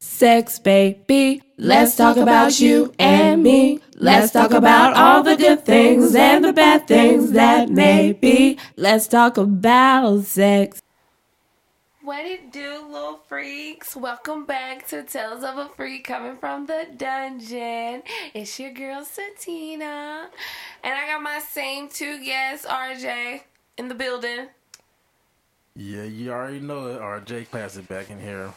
sex, baby. Let's talk about you and me. Let's talk about all the good things and the bad things that may be. Let's talk about sex. What it do, little freaks? Welcome back to Tales of a Freak coming from the dungeon. It's your girl Satina. And I got my same two guests, RJ, in the building. Yeah, you already know it. RJ Classic back in here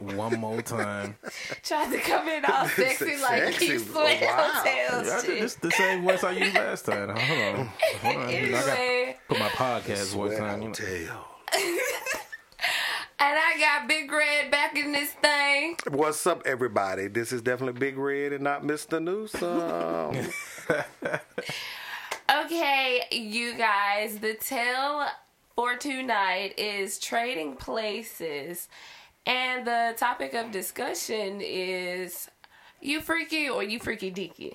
one more time. Tried to come in all sexy like Sexy. keep sweating Wow. on Yeah, Tales. I did shit. this the same voice I used last time. Hold on. Hold on. You know, I got Anyway, put my podcast voice on. you know. and I got Big Red back in this thing. What's up, everybody? This is definitely Big Red and not Mr. Newsom. Okay, you guys, the tale for tonight is trading places. And the topic of discussion is you freaky or you freaky deaky.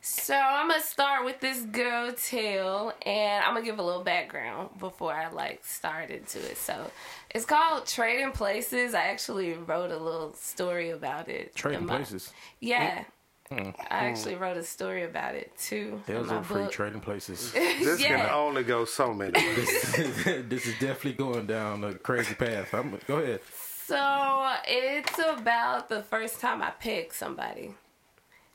So I'm gonna start with this girl tale and I'm gonna give a little background before I like start into it. So it's called Trading Places. I actually wrote a little story about it. in Trading my- places. Yeah. Hmm. I actually wrote a story about it too. in There's my a free book. trading places. this can Yeah. only go so many ways. this is definitely going down a crazy path. I'm go ahead. So it's about the first time I pegged somebody.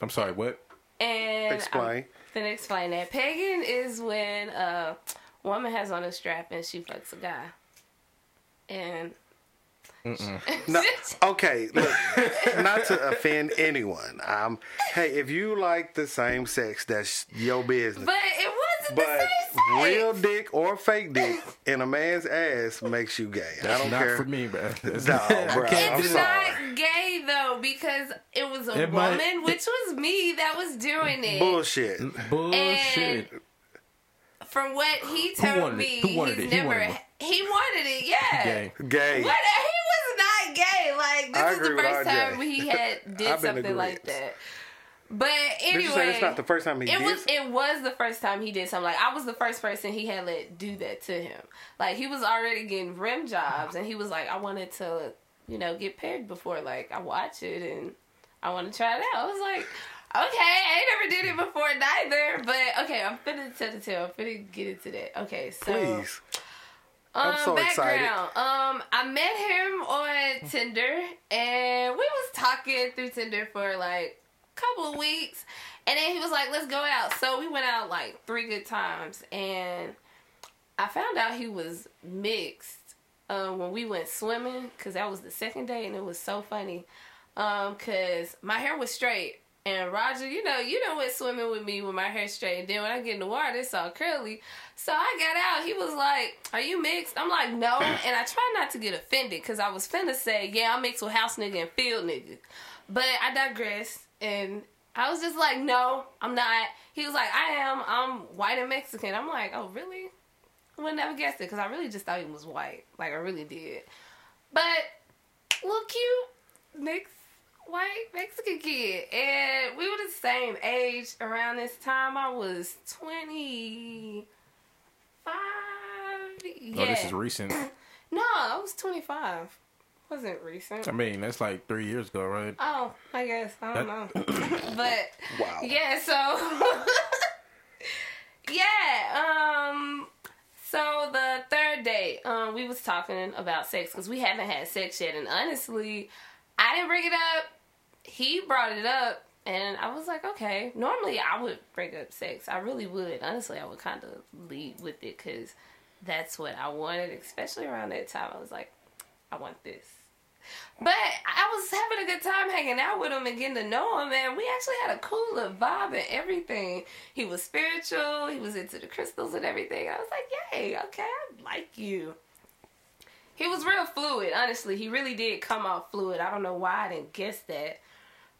I'm sorry, what? And Explain. Then explain that. Pegging is when a woman has on a strap and she fucks a guy. And No, okay, look, not to offend anyone. Um, hey, if you like the same sex, that's your business. but it wasn't the But same sex. real dick or fake dick in a man's ass makes you gay. I That's don't not care. for me, bro. That's No, not- I bro, can't I'm do it's that. not sorry. gay though because it was a It might- woman, which was me, that was doing it. Bullshit. Bullshit. From what he told wanted it? me, Who wanted he's it? He never wanted it. he wanted it. Yeah. Gay. Gay. What? He was not gay. Like I this is agree the with first RJ. time he had did I've been something like agrees. that. But Did anyway, you say it's not the first time he it did? was it was the first time he did something like I was the first person he had let do that to him. Like he was already getting rim jobs, and he was like, I wanted to, you know, get pegged before. Like I watch it and I want to try it out. I was like. Okay, I ain't never did it before neither, but okay, I'm finna tell the tale. I'm finna get into that. Okay, so Please. um, I'm so excited. background. Um, I met him on Tinder, and we was talking through Tinder for like a couple of weeks, and then he was like, "Let's go out." So we went out like three good times, and I found out he was mixed um, when we went swimming because that was the second day, and it was so funny because Um, my hair was straight. And Roger, you know, you know went swimming with me with my hair straight. And then when I get in the water, it's all curly. So I got out. He was like, "Are you mixed?" I'm like, "No." And I try not to get offended because I was finna say, "Yeah, I'm mixed with house nigga and field nigga," but I digress. And I was just like, "No, I'm not." He was like, "I am. I'm white and Mexican." I'm like, "Oh, really?" I would never guessed it because I really just thought he was white. Like I really did. But little cute, mixed white Mexican kid, and we were the same age around this time. I was twenty five. Yeah. Oh, this is recent. no, I was twenty five. Wasn't recent. I mean, that's like three years ago, right? Oh, I guess I don't know, but Wow. yeah. So yeah. Um. So the third day, um, we was talking about sex because we haven't had sex yet, and honestly, I didn't bring it up. He brought it up, and I was like, okay. Normally, I would bring up sex. I really would. Honestly, I would kind of lead with it because that's what I wanted, especially around that time. I was like, I want this. But I was having a good time hanging out with him and getting to know him, and we actually had a cool little vibe and everything. He was spiritual, he was into the crystals and everything. I was like, yay, okay, I like you. He was real fluid, honestly. He really did come off fluid. I don't know why I didn't guess that.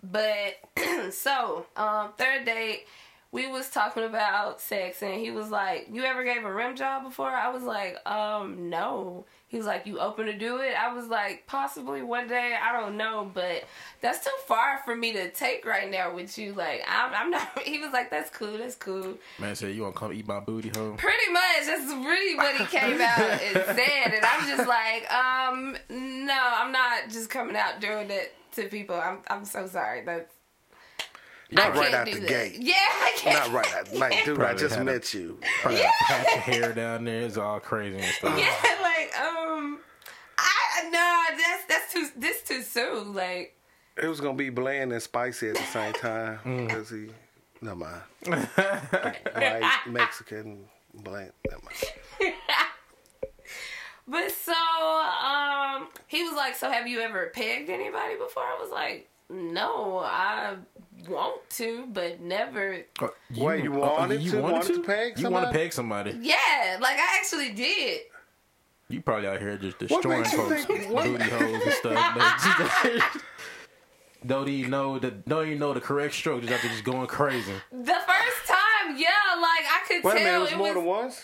But so, um, third date, we was talking about sex and he was like, You ever gave a rim job before? I was like, Um, no. He was like, You open to do it? I was like, Possibly one day, I don't know, but that's too far for me to take right now with you. Like, I'm, I'm not. He was like, That's cool, that's cool. Man said, "You want to come eat my booty hole?" Pretty much, that's really what he came out and said, and I'm just like, um, no, I'm not just coming out doing it to people. I'm, I'm so sorry. That's I Not right can't out do the that. gate. Yeah, I can't. Not right out. Like, dude, I Probably just had a- met you. Probably got a patch of hair down there. It's all crazy and stuff. Yeah, like, um, I no, that's that's too this too soon. Like, It was gonna be bland and spicy at the same time because he, never mind. White, Mexican, bland. Never mind. but so, um, he was like, so have you ever pegged anybody before? I was like, no, I want to, but never What, Wait, you wanted to- wanted to peg You oh, want to somebody? peg somebody? Yeah, like I actually did. You probably out here just What destroying makes you folks, think- what- booty holes and stuff. man. don't even know the don't even know the correct stroke. Just out there just going crazy. The first time, yeah, like I could Wait a minute, it tell was it more was. than once.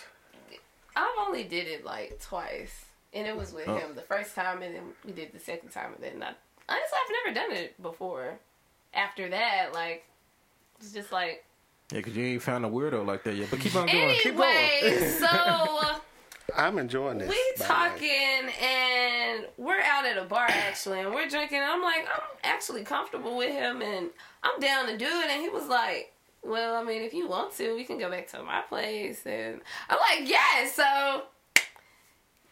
I've only did it like twice, and it was Oh. with him the first time, and then we did the second time, and then I honestly I've never done it before. After that, like it's just like Yeah, because you ain't found a weirdo like that yet. But keep on going. anyway. So. I'm enjoying this. we by the way. talking and we're out at a bar actually and we're drinking i'm like i'm actually comfortable with him and i'm down to do it and he was like well i mean if you want to we can go back to my place and i'm like yeah so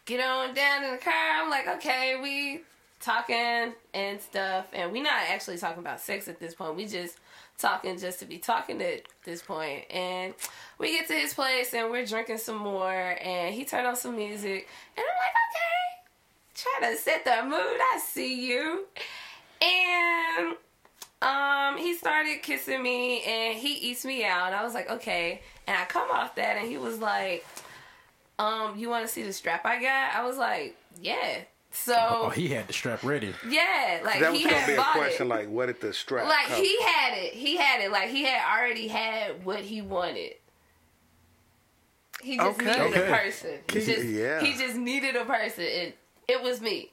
get on down in the car i'm like okay we talking and stuff and we not actually talking about sex at this point we just talking just to be talking at this point and we get to his place and we're drinking some more and he turned on some music and i'm like okay trying to set the mood i see you and um he started kissing me and he eats me out and i was like okay and i come off that and he was like um you want to see the strap i got i was like yeah so Oh, he had the strap ready. yeah, like That was he gonna had be a bought question. it. Like, Like, what did the strap? come- he had it. He had it. Like he had already had what he wanted. He just Okay. needed Okay. a person. He Keep- just, yeah. he just needed a person, and it was me.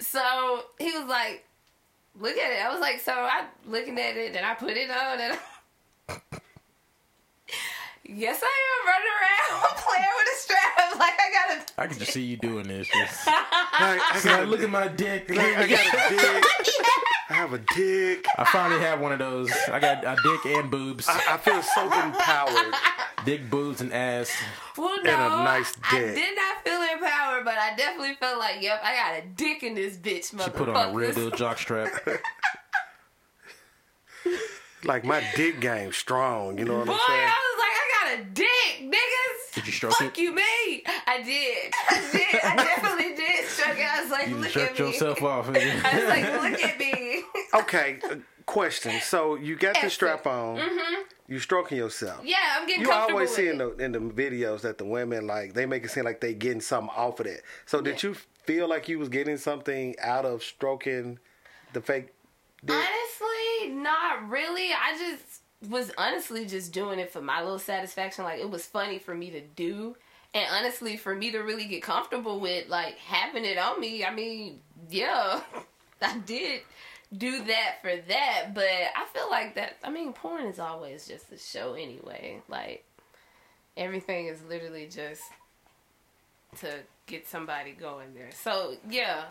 So he was like, "Look at it." I was like, "So I looking at it, and I put it on." And I... yes, I am running around playing with a strap. Like I gotta. I can just see you doing this. Just, Like, I "Now got a look at my dick. I got a dick. I have a dick. I finally have one of those. I got a dick and boobs, I, I feel so empowered. dick, boobs, and ass. Well, no, a nice I dick. did not feel empowered, but I definitely felt like, yep, I got a dick in this bitch, motherfucker. She put on a real deal jock strap. Like my dick game strong. You know what Boy, I'm saying? I was like, I got a dick, niggas. Did you stroke Fuck it? you, me. I did. I did. I definitely did stroke it. I was like, You look at jerked me. yourself off. I was like, look at me. Okay, uh, question. So you got the Excellent. strap on. You stroking yourself. Mm-hmm. yeah, I'm getting You comfortable. always with see it. in the in the videos that the women like they make it seem like they getting something off of that. So did you feel like you was getting something out of stroking the fake dick? Honestly, not really. I just was honestly just doing it for my little satisfaction. Like it was funny for me to do. And honestly, for me to really get comfortable with like having it on me, I mean, yeah, I did do that for that. But I feel like that. I mean, porn is always just a show anyway. Like everything is literally just to get somebody going there. So yeah,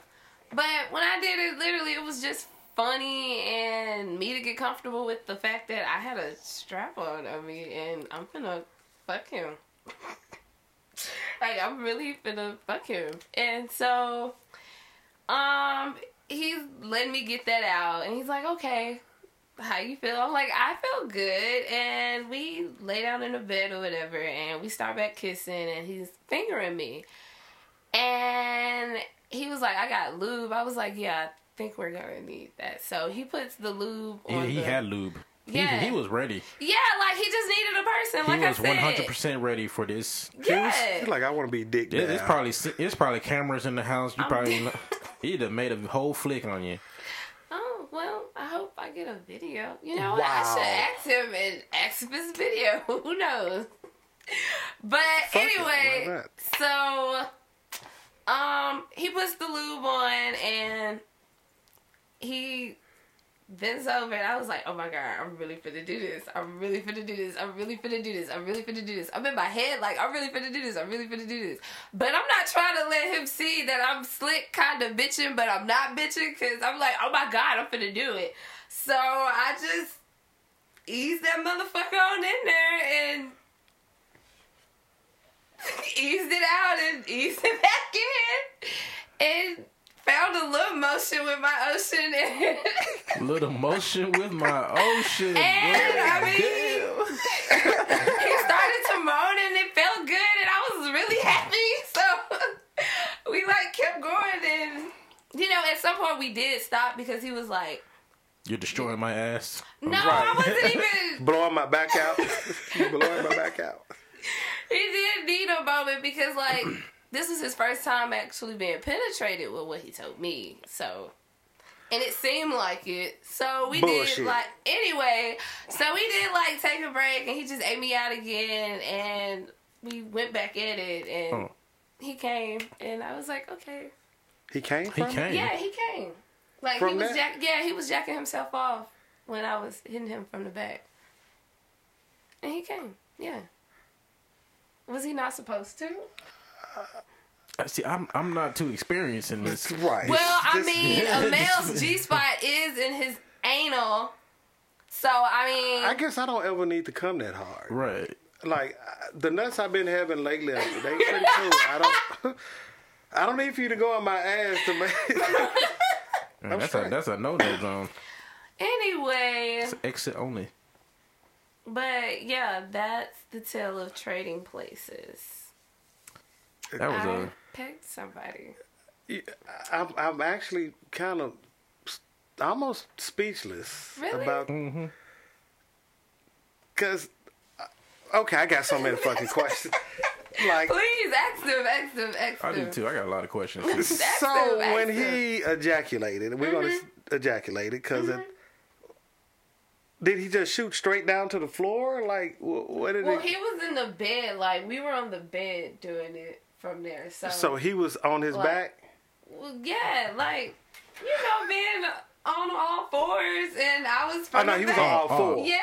but when I did it, literally, it was just funny and me to get comfortable with the fact that I had a strap on of me and I'm gonna fuck him. like I'm really gonna fuck him, and so, um, he's letting me get that out, and he's like, okay. How you feel? I'm like, I feel good, and we lay down in the bed or whatever, and we start back kissing, and he's fingering me, and he was like, I got lube. I was like, yeah, I think we're gonna need that. So he puts the lube he, on. he the- had lube. He- Yeah. He, was ready. Yeah, like he just needed a person. He like was I said, one hundred percent ready for this. He Yeah. was- he's like I want to be dick. It- It's now. probably it's probably cameras in the house. You I'm probably dead. he'd have made a whole flick on you. Oh well, I hope I I get a video. You know, Wow. I should ask him and ask if it's video. Who knows? But Fuck it, why anyway, not? so um, he puts the lube on and he bends over, and I was like, "Oh my god, I'm really finna do this. I'm really finna do this. I'm really finna do this. I'm really finna do this." I'm in my head like, "I'm really finna do this. I'm really finna do this." But I'm not trying to let him see that I'm slick, kind of bitching, but I'm not bitching because I'm like, "Oh my god, I'm finna do it." So I just ease that motherfucker on in there and eased it out and eased it back in and found a little motion with my ocean and, Little motion with my ocean. and I boy. mean he started to moan and it felt good and I was really happy so we like kept going and you know at some point we did stop because he was like You're destroying my ass. no I Right. wasn't even Blowing my back out. you blowing my back out. he did need a moment because like this was his first time actually being penetrated with what he told me so and it seemed like it so we Bullshit. did like anyway so we did like take a break and he just ate me out again and we went back at it and Oh. he came and i was like okay He came. He From it? came. yeah he came like he From was that- jack- yeah he was jacking himself off when i was hitting him from the back and he came yeah was he not supposed to Uh, See, I'm I'm not too experienced in this. Right. Well, I This- mean, a male's G spot is in his anal. So I I mean, guess I don't ever need to come that hard. Right. Like I- the nuts I've been having lately, they pretty cool. I don't. I don't need for you to go on my ass to make. Man, that's a straight. that's a no no zone. anyway, It's exit only. but yeah, that's the tale of trading places. That was I a pegged somebody. I'm, I'm actually kind of s- almost speechless Really? about because uh, okay, I got so many fucking questions. Like Please ask them, ask them, ask I do them. too. I got a lot of questions. That's so the best when he ejaculated, we're gonna s- Mm-hmm. ejaculate it because it. Did he just shoot straight down to the floor? Like, wh- what did Well, it? he was in the bed. Like we were on the bed doing it from there. So, so he was on his Like- back. well, yeah, like you know, being on all fours, and I was. From I know the he was on back. all Oh, oh. four. Yeah,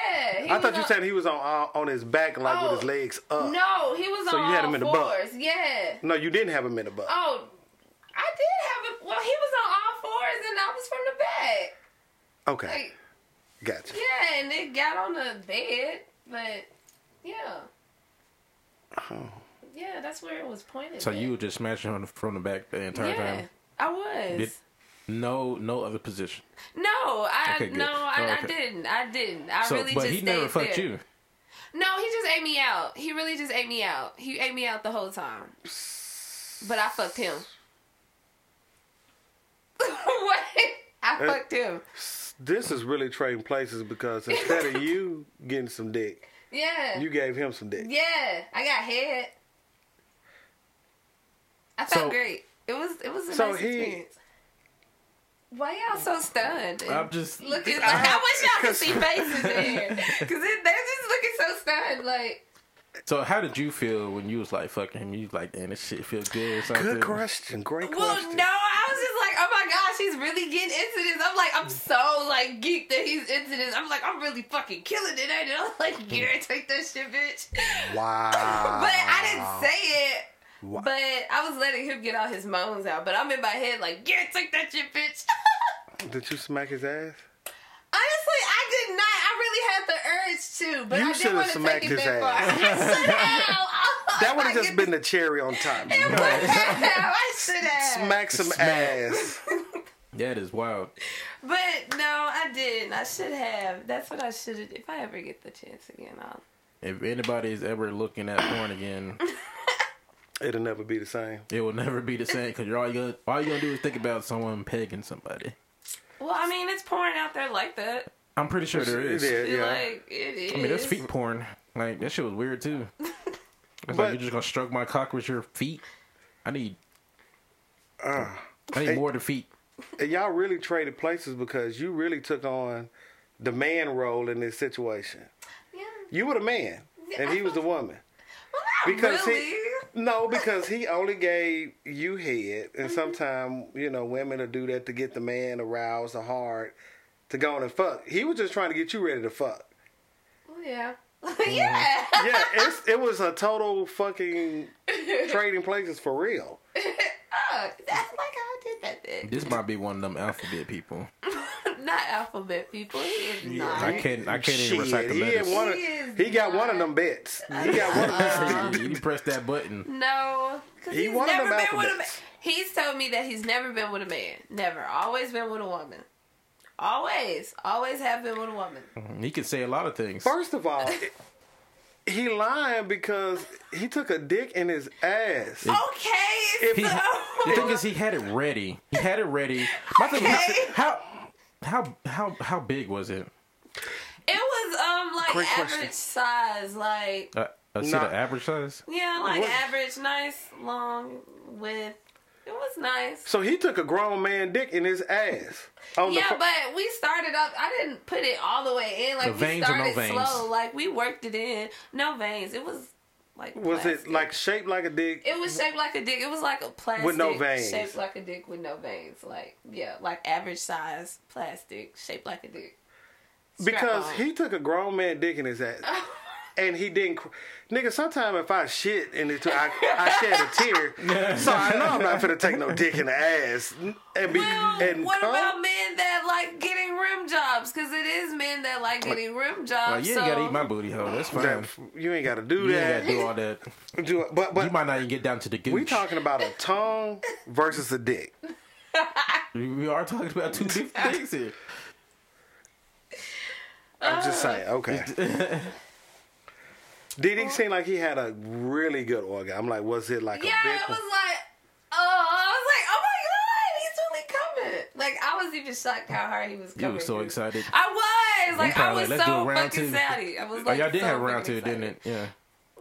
he I was thought you on- said he was on all- on his back, like Oh, with his legs up. No, he was So on you had all him in the butt. fours. Yeah. no, you didn't have him in the butt. Oh, I did have a. Well, he was on all fours, and I was from the back. okay, Like, gotcha. yeah, and it got on the bed, but yeah, Oh. yeah, that's where it was pointed. so at. you were just smashing on the, from the back the entire Yeah, time. I was. Did- no, no other position. no, I Okay, good. no, I, Oh, I okay. didn't. I didn't. I So, really but just he never stayed fucked there. you. No, he just ate me out. He really just ate me out. He ate me out the whole time. But I fucked him. what? Uh, I fucked him. This is really trading places because instead of you getting some dick, Yeah. you gave him some dick. yeah. I got head. I felt So- great. It was it was a So nice he- experience. Why y'all so stunned? I'm just looking like I, wish y'all could see faces in here. Cause it, they're just looking so stunned. Like So how did you feel when you was like fucking him? You was like, damn, this shit feels good or something. Good question. Great Well, question. no, I was just like, oh my gosh, he's really getting into this. I'm like, I'm so like geeked that he's into this. I'm like, I'm really fucking killing it. ain't it? I was like, yeah, take that shit, bitch. Wow. But I Ah. didn't say it. Wow. But I was letting him get all his moans out. But I'm in my head like, yeah, take that shit, bitch. Did you smack his ass? Honestly, I did not. I really had the urge to, but You I shoulda didn't want to smacked take it his that far. ass. Somehow, That would I have just get been the cherry on top. the- I should have. Smack some Smack. ass. That is wild. But no, I didn't. I should have. That's what I should have. If I ever get the chance again, I'll. If anybody is ever looking at porn again, It'll never be the same. it will never be the same because you're all you gonna, all you gonna do is think about someone pegging somebody. Well, I mean, it's pouring out there like that. I'm pretty sure there is. Yeah, It, yeah. Like it is. I mean, that's feet porn. Like that shit was weird too. It's like But- you're just gonna stroke my cock with your feet. I need, Uh, I need Hey. more than feet. And y'all really traded places because you really took on the man role in this situation. Yeah. You were the man, and he was the woman. Well, not Because really. he no, because he only gave you head, and sometimes you know women will do that to get the man aroused or hard to go on and fuck. He was just trying to get you ready to fuck. Well, Oh, yeah. yeah. Yeah, it's, it was a total fucking trading places for real. Oh, that's like how I did that then. This might be one of them alphabet people. not alphabet people. He is not. I can't. I can't Shit, even recite the he had letters. one. Of, He is he got one of not. them bets. He got one of them. you, you press that button. No, because He he's wanted never been them with a man. alphabets. He's told me that he's never been with a man. Never. Always been with a woman. Always. Always have been with a woman. He can say a lot of things. First of all, he lying because he took a dick in his ass. Okay. He, so. the thing is, he had it ready. He had it ready. My thing is, Okay. how, how, how, how big was it? it was um like Great average question. size, like Uh, I see Nah. the average size. yeah, like What- average, nice, long, with. It was nice. So he took a grown man dick in his ass. On Yeah, the fu- but we started up. I didn't put it all the way in. Like The we veins or no started veins? slow. Like we worked it in. No veins. It was like was it plastic. like shaped like a dick? It was shaped like a dick. It was like a plastic With no veins. shaped like a dick with no veins. Like yeah, like average size plastic shaped like a dick. Strap because on. he took a grown man dick in his ass. And he didn't, cr- nigga. Sometimes if I shit and it, I, I shed a tear, so I know I'm not finna take no dick in the ass and be Well, and what come. about men that like getting rim jobs? Because it is men that like getting rim jobs. Well, you ain't so gotta eat my booty hole. That's fine. That- you ain't gotta do You that. ain't gotta do all that. Do it. But You but might not even get down to the gooch. we talking about a tongue versus a dick. We are talking about two different things here. I'm uh, just saying. Okay. Did he seem like he had a really good organ? I'm like, was it like a yeah, big it was one? like oh, I was like oh my god, he's really coming. Like I was even shocked how hard he was You coming. were so through. excited. I was like, I probably was like, let's do so a round fucking two. savvy. I was Oh, like, y'all did so have round fucking two, didn't excited. it? Yeah.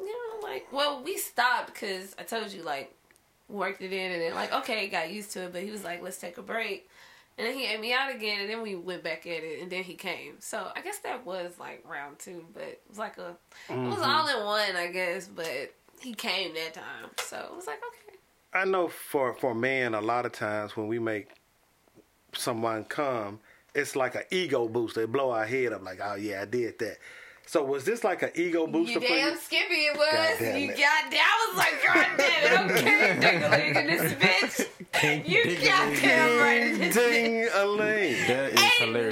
you know, like, well, we stopped because I told you, like, worked it in and then, like, okay, got used to it, but he was like, let's take a break. And then he ate me out again, and then we went back at it, and then he came. So I guess that was like round two, but it was like a, it Mm-hmm. was all in one, I guess, but he came that time. So it was like, okay. I know for for men, a lot of times when we make someone come, it's like an ego boost. They blow our head up, like, oh yeah, I did that. So was this like an ego booster You for damn you? skippy it was. God damn you it. got I was like, God damn it, I'm King Dingaling in this bitch. You Dingaling. goddamn right in this bitch. Ding a ling. That is ain't hilarious.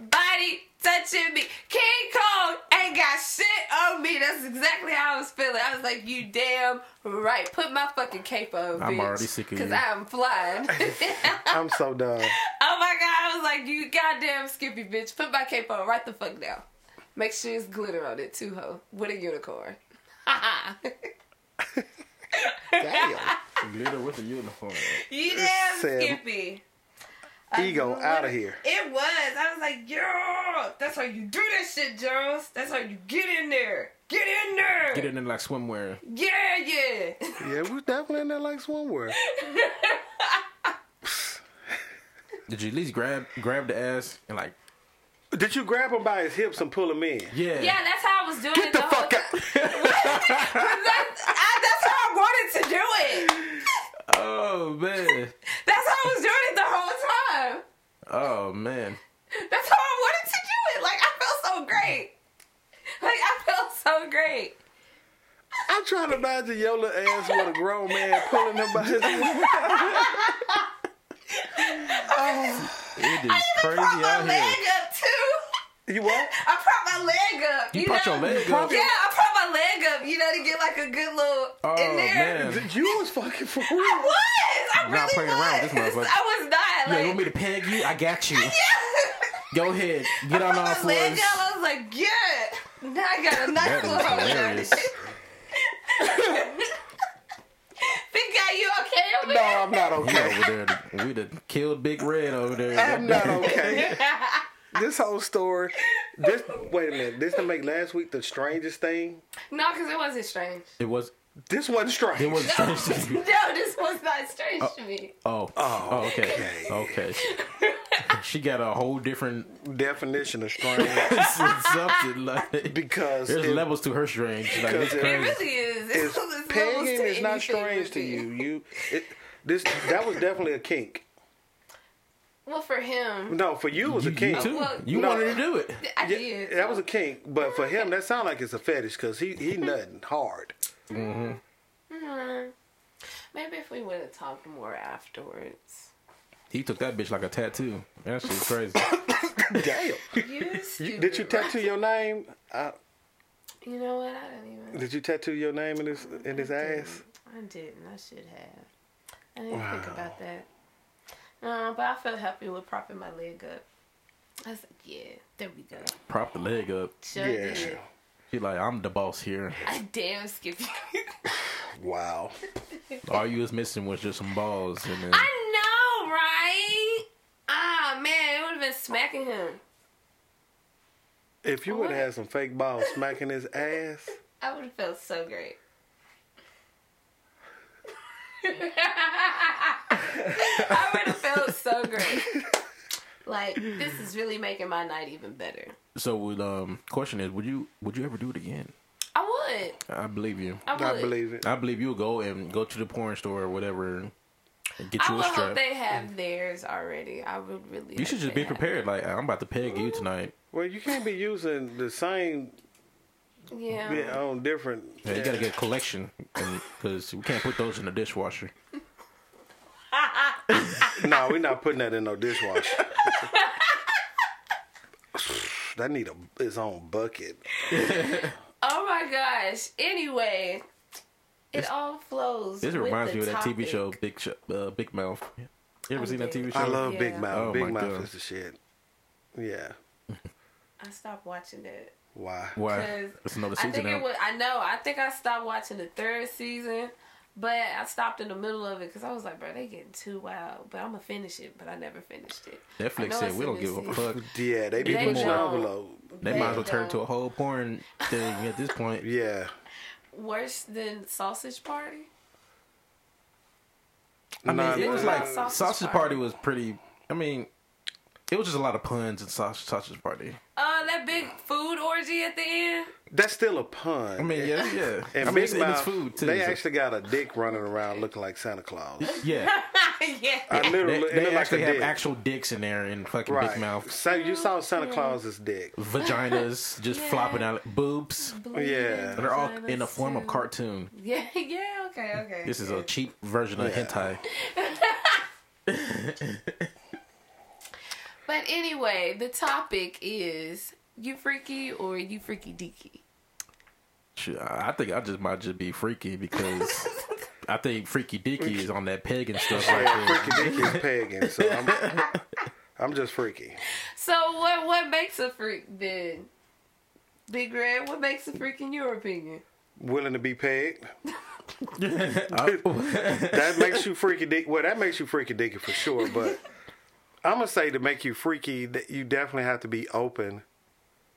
nobody touching me. King Kong ain't got shit on me. That's exactly how I was feeling. I was like, you damn right. Put my fucking cape on, bitch. I'm already sick of Because you. I'm flying. I'm so oh dumb. my God. I was like, you goddamn Skippy, bitch. Put my cape on right the fuck now. Make sure it's glitter on it, too, ho. With a unicorn. Damn. Glitter with a uniform. you damn Sam. Skippy. Ego I- outta here. It was. I was like, yo, that's how you do that shit, Jones. That's how you get in there. Get in there. Get in there like swimwear. Yeah, yeah. Yeah, we was definitely in there like swimwear. Did you at least grab grab the ass and like Did you grab him by his hips and pull him in? yeah? Yeah, that's how I was doing Get it. the whole fuck time. out. That's, I, that's how I wanted to do it. Oh man. That's how I was doing it the whole time. Oh man. That's how I wanted to do it. Like, I felt so great. Like, I felt so great. I'm trying to imagine your little ass with a grown man pulling him by his It is crazy Prop my out leg here. up, too. You what? I prop my leg up. You You, popped know? your leg Prop up. Yeah, I prop my leg up, you know, to get like a good little Oh in there. man. You was fucking for I real. was. I Not really playing was. around with this motherfucker. I was not. Yeah, Like, you want me to peg you? I got you. Go ahead. Get I on put all my leg fours. down. I was like, yeah. Now I got a nice That is little hole in it. hilarious. Big guy, you okay over No, there? I'm not You okay. over there. We done killed Big Red over there. I'm not okay. This whole story. This wait a minute. This to make last week the strangest thing. No, because it wasn't strange. It was This wasn't strange. It wasn't strange to no, you. this was not strange to me. Oh. Oh, Oh, okay. Okay. She got a whole different Definition of strange something like because there's it- levels to her strange. Like, it's Because it- It crazy. really is. it's, almost pagan to is not anything strange with to it. you. You it, this that was definitely a kink. Well, for him, No, for you it was You, a kink. you too. Well, you no. wanted to do it. I Yeah, did. that was a kink, but for him that sounded like it's a fetish because he he nothing hard. Mm. Maybe if we would have talked more afterwards. He took that bitch like a tattoo. That shit's crazy. Damn. You stupid. Did you tattoo your name? Uh, You know what? I didn't even. did you tattoo your name in his in his ass? I didn't. I should have. I didn't think about that. Um, but I felt happy with propping my leg up. I was like, yeah, there we go. Prop the leg up. Sure Yeah. did. She like, I'm the boss here. I damn skipped you. Wow. All you was missing was just some balls. And then, I know, right? Ah, man, it would have been smacking him. If you would have had some fake balls smacking his ass, I would have felt so great. I would have felt so great. Like this is really making my night even better. so, would um, question is, would you would you ever do it again? I would. I believe you. I would. I believe it. I believe you'll go and go to the porn store or whatever and get I you a would hope strap. they have theirs already. I would really. You should hope just they be have prepared. Like, I'm about to peg you tonight. Well, you can't be using the same it. Yeah. bit on different. Yeah, you gotta get a collection because we can't put those in the dishwasher. No, we're not putting that in no dishwasher. that need a its own bucket. Oh my gosh. Anyway, it This- all flows. This with reminds the me of that TV topic. show, Big Sh- uh, Big Mouth. You ever I'm seen that dead. TV show? I love Big Yeah. Mouth. Oh, Big my Mouth God. is the shit. Yeah. I stopped watching it. Why? Why? Because It's another I season think now. it was. I know. I think I stopped watching the third season, but I stopped in the middle of it because I was like, "Bro, they getting too wild." But I'm gonna finish it. But I never finished it. I Netflix know said it's we in don't this give a season." fuck. Yeah, they be They pushing the don't. envelope. They might as well turn don't. to a whole porn thing at this point. Yeah. Worse than Sausage Party. I mean, Nah, it was nah. like Sausage sausage, Party. party. was pretty. I mean, it was just a lot of puns in sausage, sausage party. Uh, that big food orgy at the end. that's still a pun. I mean, yeah, yeah. and I mean, Big it's, and Mouth, it's food too. They so- actually got a dick running around looking like Santa Claus. yeah, yeah. I literally they, it they looked like a actually have dick. actual dicks in there and fucking right. Big Mouth So you saw Santa Claus's dick. vaginas just Yeah. flopping out, boobs. Yeah. They're all in the form of cartoon. cartoon. Yeah, yeah, okay, okay. This is a cheap version of Yeah. hentai. But anyway, the topic is you freaky or you freaky deaky. Shoot, I I think I just might just be freaky because I think Freaky Dicky is on that peg and stuff right Yeah, there. freaky dick is pagan, so I'm, I'm just freaky. So what what makes a freak then? Big Red, what makes a freak in your opinion? Willing to be pegged. I- That makes you freaky dick. Well, that makes you freaky dicky for sure, but I'm gonna say to make you freaky, that you definitely have to be open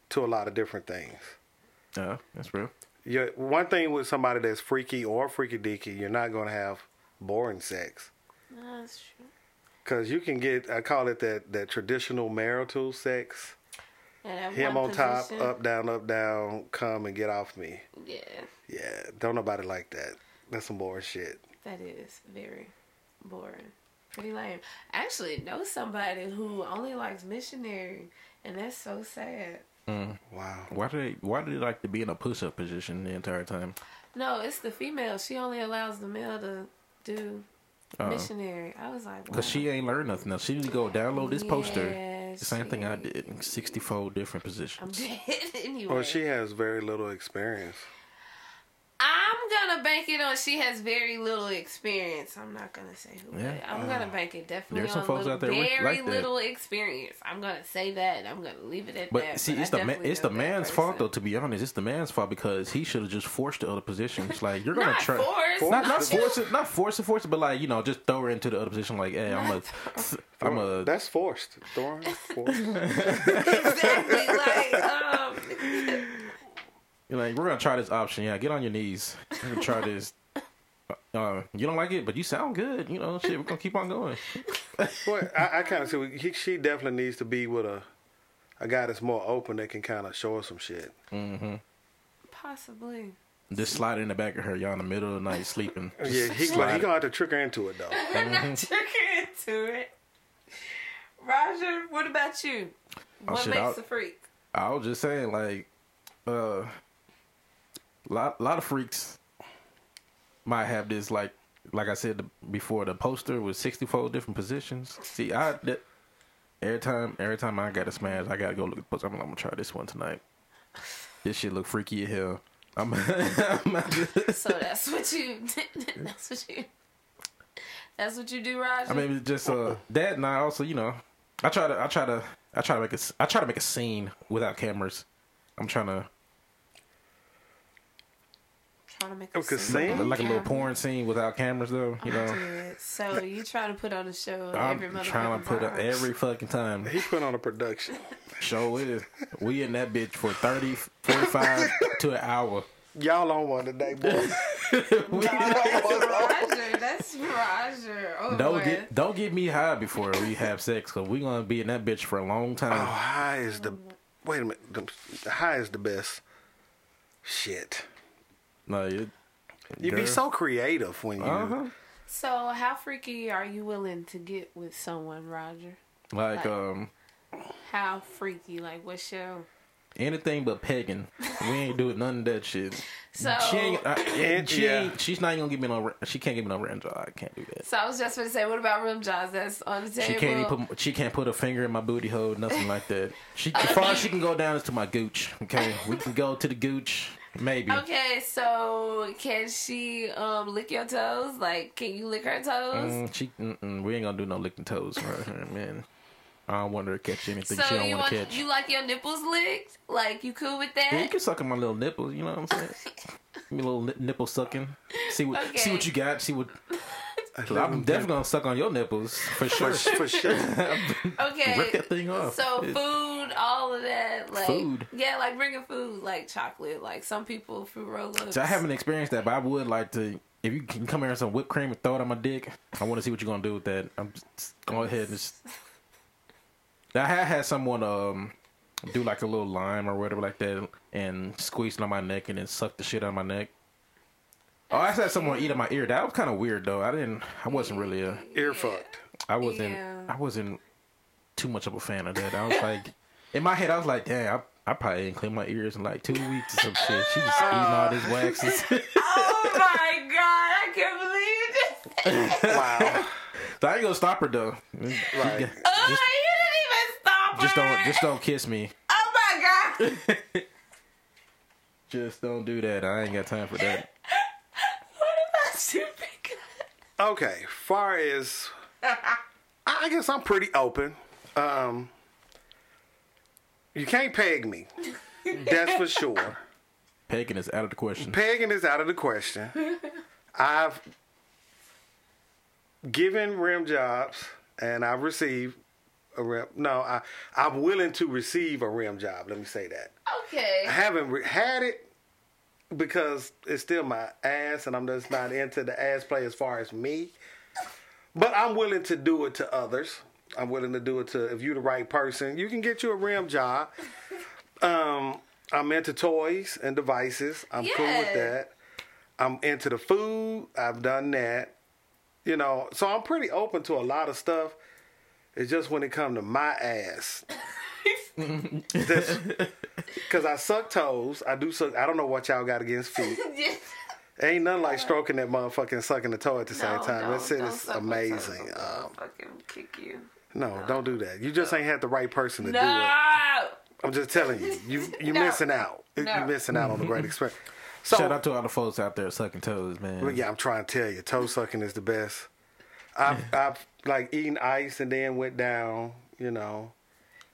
to a lot of different things. Yeah, that's real. you one thing with somebody that's freaky or freaky deaky, you're not gonna have boring sex. That's true. Cause you can get, I call it that that traditional marital sex. And that Him one on top, position- up down, up down, come and get off me. Yeah, Yeah, don't nobody like that. That's some boring shit. that is very boring. Pretty lame. I actually know somebody who only likes missionary and that's so sad. Wow. Why do they? Why do they like to be in a push-up position the entire time? No, it's the female. She only allows the male to do Uh-uh. missionary. I was like, wow. Cause she ain't learned nothing else. She need to go download this poster. Yeah, The same thing I she- did. Sixty-four different I'm positions. dead anyway. Well, she has very little experience. I'm gonna bank it on she has very little experience. I'm not gonna say who. Yeah. but I'm gonna bank it definitely There's some on folks little- out there with- very like that. little experience. I'm gonna say that. and I'm gonna leave it at But that. see, I it's the ma- definitely it's know the that man's person. fault though. To be honest, it's the man's fault because he should have just forced the other positions. Like you're gonna Not try. forced. Not, not Forced. force it, not force it, force it, but like you know, just throw her into the other position. Like, hey, I'm a, I'm a, That's forced. Thorn forced. exactly. Like, um, You're like, we're gonna try this option. Yeah, get on your knees. We're gonna try this. Uh, you don't like it, but you sound good. You know, shit. We're gonna keep on going. Well, I, I kind of see. He, she definitely needs to be with a a guy that's more open that can kind of show her some shit. Possibly. Just slide in the back of her. Y'all in the middle of the night sleeping. Just Yeah, he, slide like, he gonna have to trick her into it though. I'm Mm-hmm. not tricking into it. Roger, what about you? Oh, what shit, makes I'll- a freak? I was just saying, like, uh, lot lot of freaks might have this, like, like I said before, the poster with sixty four different positions. See, I that, every time, every time I got a smash, I gotta go look at the poster. I'm, like, I'm gonna try this one tonight. This shit look freaky as hell. I'm, I'm So that's what you. that's what you. That's what you do, Roger. I mean, it's just uh, that, and I also, you know, I try to, I try to, I try to make a, s- I try to make a scene without cameras. I'm trying to trying to make Oh, 'cause scene. Sam- like a little porn scene without cameras, though. You know. Dude, So you try to put on a show I'm every motherfucking trying to put up time. every fucking time. He put on a production. Show is. We in that bitch for 30, 45 to an hour. Y'all on one today, boy. Roger, that's Roger. Oh, Don't boy. get don't get me high before we have sex, cause we gonna be in that bitch for a long Oh, time. high is the wait a minute. The, the high is the best. Shit, No, it, you be Girl. so creative when you. uh-huh. So, how freaky are you willing to get with someone, Roger? Like um, How freaky? Like, what's your. anything but pegging. We ain't doing none of that shit. So, She ain't. uh, I, And- she yeah. ain't. She's not even gonna give me no. ra- She can't give me no random. I can't do that. so I was just going to say, what about rim jobs? That's on the She table. can't even put. She can't put a finger in my booty hole. Nothing like that. She as far as she can go down is to my gooch. Okay, we can go to the gooch. Maybe. Okay, so can she um lick your toes? Like, can you lick her toes? Mm, she, mm-mm, we ain't gonna do no licking toes for her, man. I don't want her to catch anything she so don't you want want to catch. you like your nipples licked? Like, you cool with that? Yeah, you can suck on my little nipples. You know what I'm saying? Give me a little ni- nipple sucking. See what see what Okay. you got. See what. i Mm-hmm. I'm definitely gonna suck on your nipples for sure. for, for sure. Okay. Rip that thing off. So It- food, all of that, like Food. Yeah, like bringing food, like chocolate, like some people fruit roll ups. So I haven't experienced that, but I would like to. If you can come here with some whipped cream and throw it on my dick, I want to see what you're gonna do with that. I'm just go ahead and just. I had had someone um do like a little lime or whatever like that and squeeze it on my neck and then suck the shit out of my neck. Oh, I had someone eat on my ear. That was kind of weird though. I didn't. I wasn't really a. Ear fucked. I wasn't. Yeah. I wasn't too much of a fan of that. I was like, in my head, I was like, damn. I, I probably didn't clean my ears in like two weeks or some shit. She just eating all this waxes. Oh my god, I can't believe this. Wow. So I ain't gonna stop her though. right. Oh, you didn't even stop. Just her. don't, just don't kiss me. Oh my god. Just don't do that. I ain't got time for that. What about you, Pika? Okay. Far as I I guess I'm pretty open. Um, you can't peg me. That's for sure. Pegging is out of the question. Pegging is out of the question. I've given rim jobs and I've received a rim. No, I, I'm willing to receive a rim job. Let me say that. I Okay. haven't re- had it because it's still my ass, and I'm just not into the ass play as far as me. But I'm willing to do it to others. I'm willing to do it to if you're the right person, you can get you a rim job. Um, I'm into toys and devices. I'm cool with Yeah. that. I'm into the food. I've done that. You know, so I'm pretty open to a lot of stuff. It's just when it comes to my ass. Because I suck toes. I do suck. I don't know what y'all got against feet. Ain't nothing like stroking that motherfucking sucking the toe at the same time. that shit is amazing. i Um, fucking kick you. no, don't do that. You just ain't had the right person to do No. it. I'm just telling you. You you No. missing out. No. Mm-hmm. You're missing out on the great experience. So Shout out to all the folks out there sucking toes, man. Well, yeah, I'm trying to tell you, toe sucking is the best. I've I've like eaten ice and then went down. You know,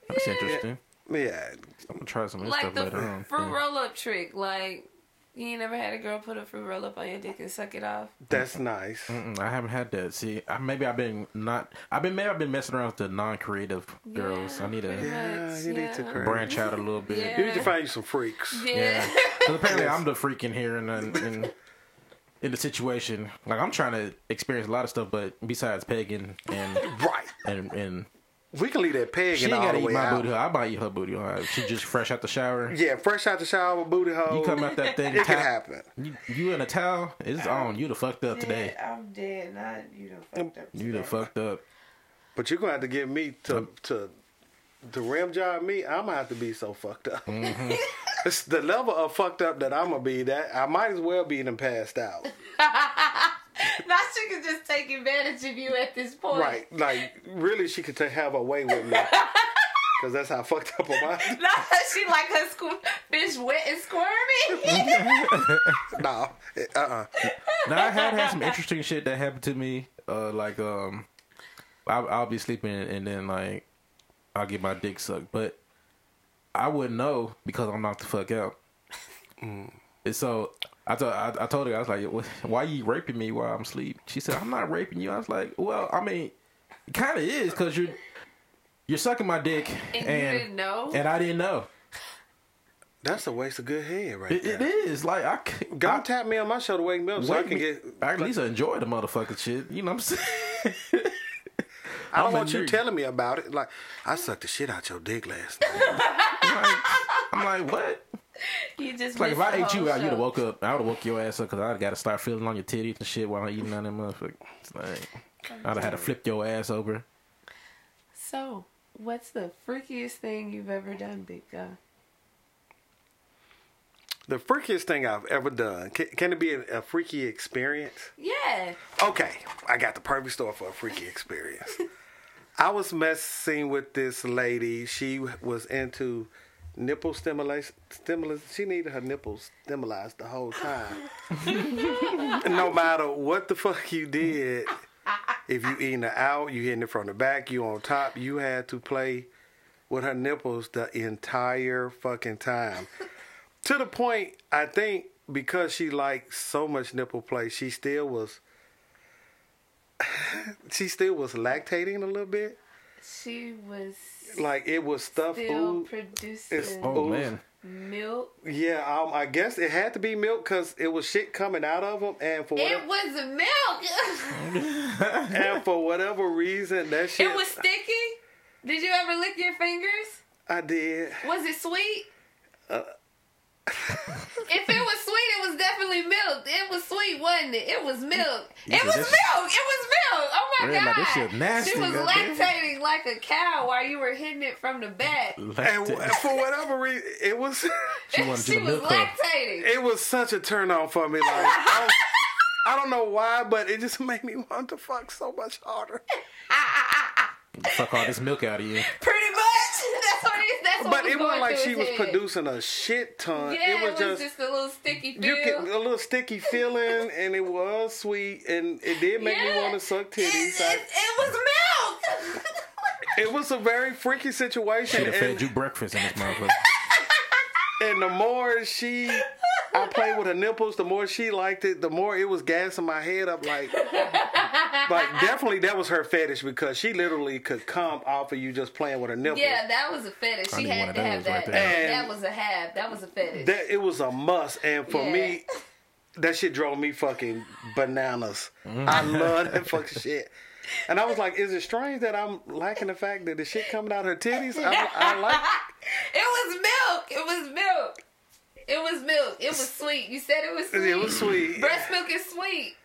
That's interesting. yeah. I'm gonna try some of this Like stuff the later on. Mm. fruit Yeah. roll up trick. Like, you ain't never had a girl put a fruit roll up on your dick and suck it off. That's nice. Mm, I haven't had that. See, I, maybe I've been not. I've been maybe I've been messing around with the non-creative girls. I need to pretty Yeah, much, you need to yeah. correct. branch out a little bit. Yeah. You need to find you some freaks. Yeah. Yeah. 'Cause apparently, I'm the freak in here and in, in, in the situation. Like I'm trying to experience a lot of stuff, but besides pegging and Right. and and We can leave that peg she and ain't all gotta the eat way my out. booty hole. I might eat her booty hole. If She just fresh out the shower. Yeah, fresh out the shower, booty hole. You come out that thing. It can towel- happen. You, you in a towel? It's on. You the fucked up today. I'm dead. Not you. Done fucked up. You the today. fucked up. But you're gonna have to get me to to to rim job me. I'm gonna have to be so fucked up. it's the level of fucked up that I'm gonna be. That I might as well be them passed out. Now she can just take advantage of you at this point. Right? Like really, she could ta- have her way with me. Cause that's how fucked up am I. Now she like her squ- fish wet and squirmy. No, uh, uh now I have had some interesting shit that happened to me. Uh, like um, I, I'll be sleeping and then like I'll get my dick sucked, but I wouldn't know because I'm knocked the fuck out. Mm. And so I told I, I told her I was like, "Wh- "Why you raping me while I'm asleep?" She said, "I'm not raping you." I was like, "Well, I mean, it kind of is because you're you're sucking my dick And and you didn't know? and I didn't know. that's a waste of good head right It, there. it is like I c- Go I- tap me on my shoulder, wake me up, so I Wait can me- get. I at least enjoy the motherfucking shit. You know what I'm saying? I don't I'm a want you nerd. telling me about it. Like I sucked the shit out your dick last night. I'm like, I'm like, what? you just It's like if missed I the ate you whole out, you'd show. have woke up. I would have woke your ass up because I'd got to start feeling on your titties and shit while I'm eating on them motherfuckers. It's Like, I'd have had to flip your ass over. So, what's the freakiest thing you've ever done, Big Guy? The freakiest thing I've ever done. Can, can it be a, a freaky experience? Yeah. Okay, I got the perfect story for a freaky experience. I was messing with this lady. She was into nipple stimulation. Stimulus. She needed her nipples stimulated the whole time. no matter what the fuck you did, if you eating her out, you hitting it from the back, you on top, you had to play with her nipples the entire fucking time. to the point, I think because she liked so much nipple play, she still was she still was lactating a little bit. She was Like it was stuff still food. it's- producing Oh Ooh. man, milk. yeah, um, I guess it had to be milk because it was shit coming out of them, and for It whatever, was milk. and for whatever reason, that shit it was sticky. Did you ever lick your fingers? I did. Was it sweet? Uh. if it was sweet, it was definitely milk. It was sweet, wasn't it? It was milk. It said was this- milk. It was milk. Oh my Yeah, god. like, this shit nasty, she was goddamn. lactating like a cow while you were hitting it from the back. And Lactate. w- for whatever reason, it was she wanted you she to was milk her. lactating. it was such a turn on for me. Like I, was- I don't know why, but it just made me want to fuck so much harder. Fuck all this milk out of you. Pretty much. That's what it, that's what But was it going wasn't like through she his was head. producing a shit ton. Yeah, it was just a little sticky feel. you get a little sticky feeling, and it was sweet, and it did make me Yeah. want to suck It, titties. I- it, it was milk. it was a very freaky situation, Should have fed and, you breakfast in this motherfucker. and the more she, I played with her nipples, the more she liked it, the more it was gassing my head up. Like, like definitely that was her fetish because she literally could come off of you just playing with her nipples. yeah, that was a fetish. I She need one had of to have those right that. there. that And- was a have. That was a fetish. That it was a must, and for Yeah. me, that shit drove me fucking bananas. I love that fucking shit. And I was like, is it strange that I'm liking the fact that the shit coming out her titties? I, I like. It was milk. It was milk. It was milk. It was sweet. You said it was sweet. It was sweet. Breast milk is sweet.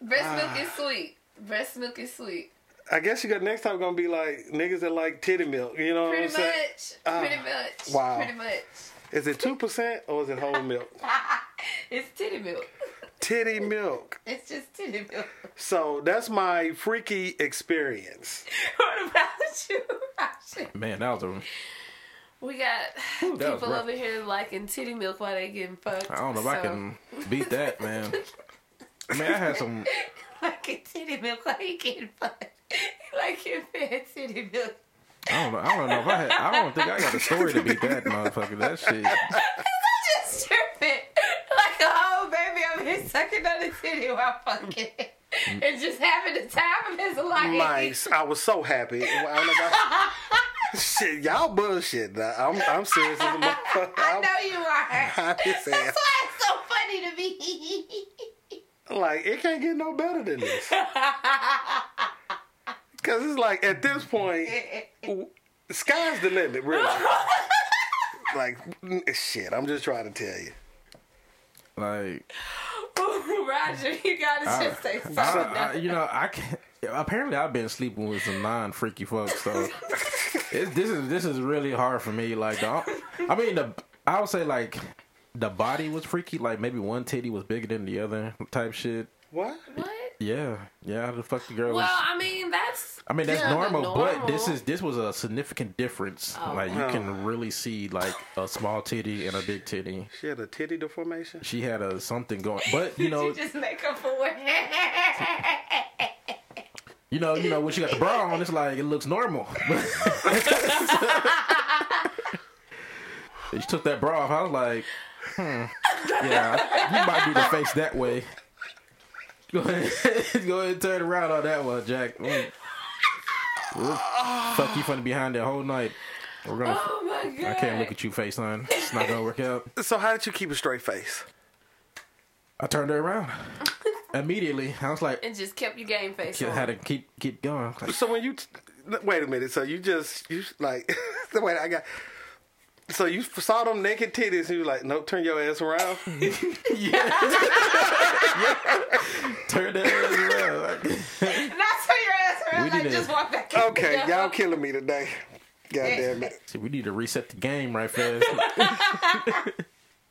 Breast milk is sweet. Breast milk is sweet. I guess you got next time gonna be like niggas that like titty milk. You know what I'm Pretty saying? much. pretty much. wow. Pretty much. Is it two percent or is it whole milk? It's titty milk. titty milk. It's just titty milk. So that's my freaky experience. what about you? Shit. Man, that was a. we got that was people rough. over here liking titty milk while they getting fucked. I don't know if I so- can beat that, man. I mean, I had some. Liking titty milk while you getting fucked. like your fed titty milk. I don't know. I don't know if I had. I don't think I got a story to beat that motherfucker. That shit. just tripping. Like, oh, baby, I'm here sucking on the titty while fucking. Mm. And just having the time of his life. Nice. I was so happy. I don't know why- Shit, y'all bullshit. Nah, I'm I'm serious as a motherfucker. I I'm- know you are. I'm That's just saying. why it's so funny to me. Like it can't get no better than this. Cause it's like at this point, w- the sky's the limit, really. like mm, shit, I'm just trying to tell you. Like, Roger, you gotta Uh, I, just say something. I- I- you know, I can't. Apparently, I've been sleeping with some non-freaky folks, so it, this is this is really hard for me. Like, the, I mean, the I would say like the body was freaky, like maybe one titty was bigger than the other type shit. What? what? Yeah, yeah, how the fuck the girl Well, was. I mean, that's I mean that's Yeah, normal, but this normal. is this was a significant difference. Oh. Like you Oh. can really see like a small titty and a big titty. She had a titty deformation. She had a something going, but you know, you just make up for it. you know, you know when she got the bra on, it's like it looks normal. she took that bra off. I was like, hmm, yeah, you might need to face that way. Go ahead, go ahead and turn around on that one, Jack. Mm. We'll fuck you from the behind the whole night. We're gonna. oh my god! I can't look at you, FaceTime. It's not gonna work out. So how did you keep a straight face? I turned her around immediately. I was like, And just kept your game face "Shit, on. had to keep keep going. I was like, So when you t- wait a minute, so you just you like the way I got. So you saw them naked titties and you like, nope, turn your ass around. Turn that ass around. Not turn your ass We around. Like need to- just walk back. in. Okay, y'all killing me today. God damn it. See, we need to reset the game right fast.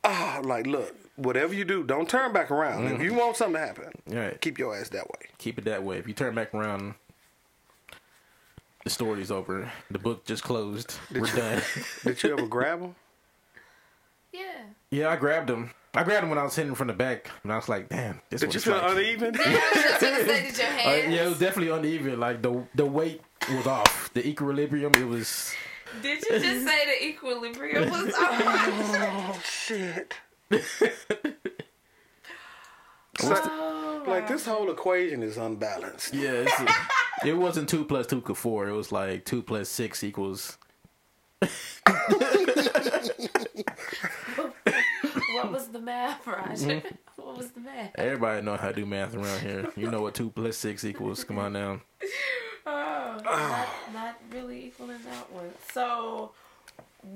Oh, like look, whatever you do, don't turn back around. If you want something to happen, All right, keep keep your ass that way. keep it that way. If you turn back around, the story's over. The book just closed. We're done. Did you ever grab them? Yeah. yeah, I grabbed him. I grabbed him when I was hitting from the back, and I was like, "Damn, this Did you one's feel like, uneven? I was just gonna say, did your Uh, hands? yeah, it was definitely uneven. Like the the weight was off. The equilibrium, it was." Did you just say the equilibrium was off? oh shit! Oh, Like this whole equation is unbalanced. Yeah, it's, it wasn't two plus two equal four. It was like two plus six equals. What was the math, Roger? Mm-hmm. What was the math? Everybody know how to do math around here. You know what two plus six equals. Come on now. Oh, Not, not really equaling that one. So,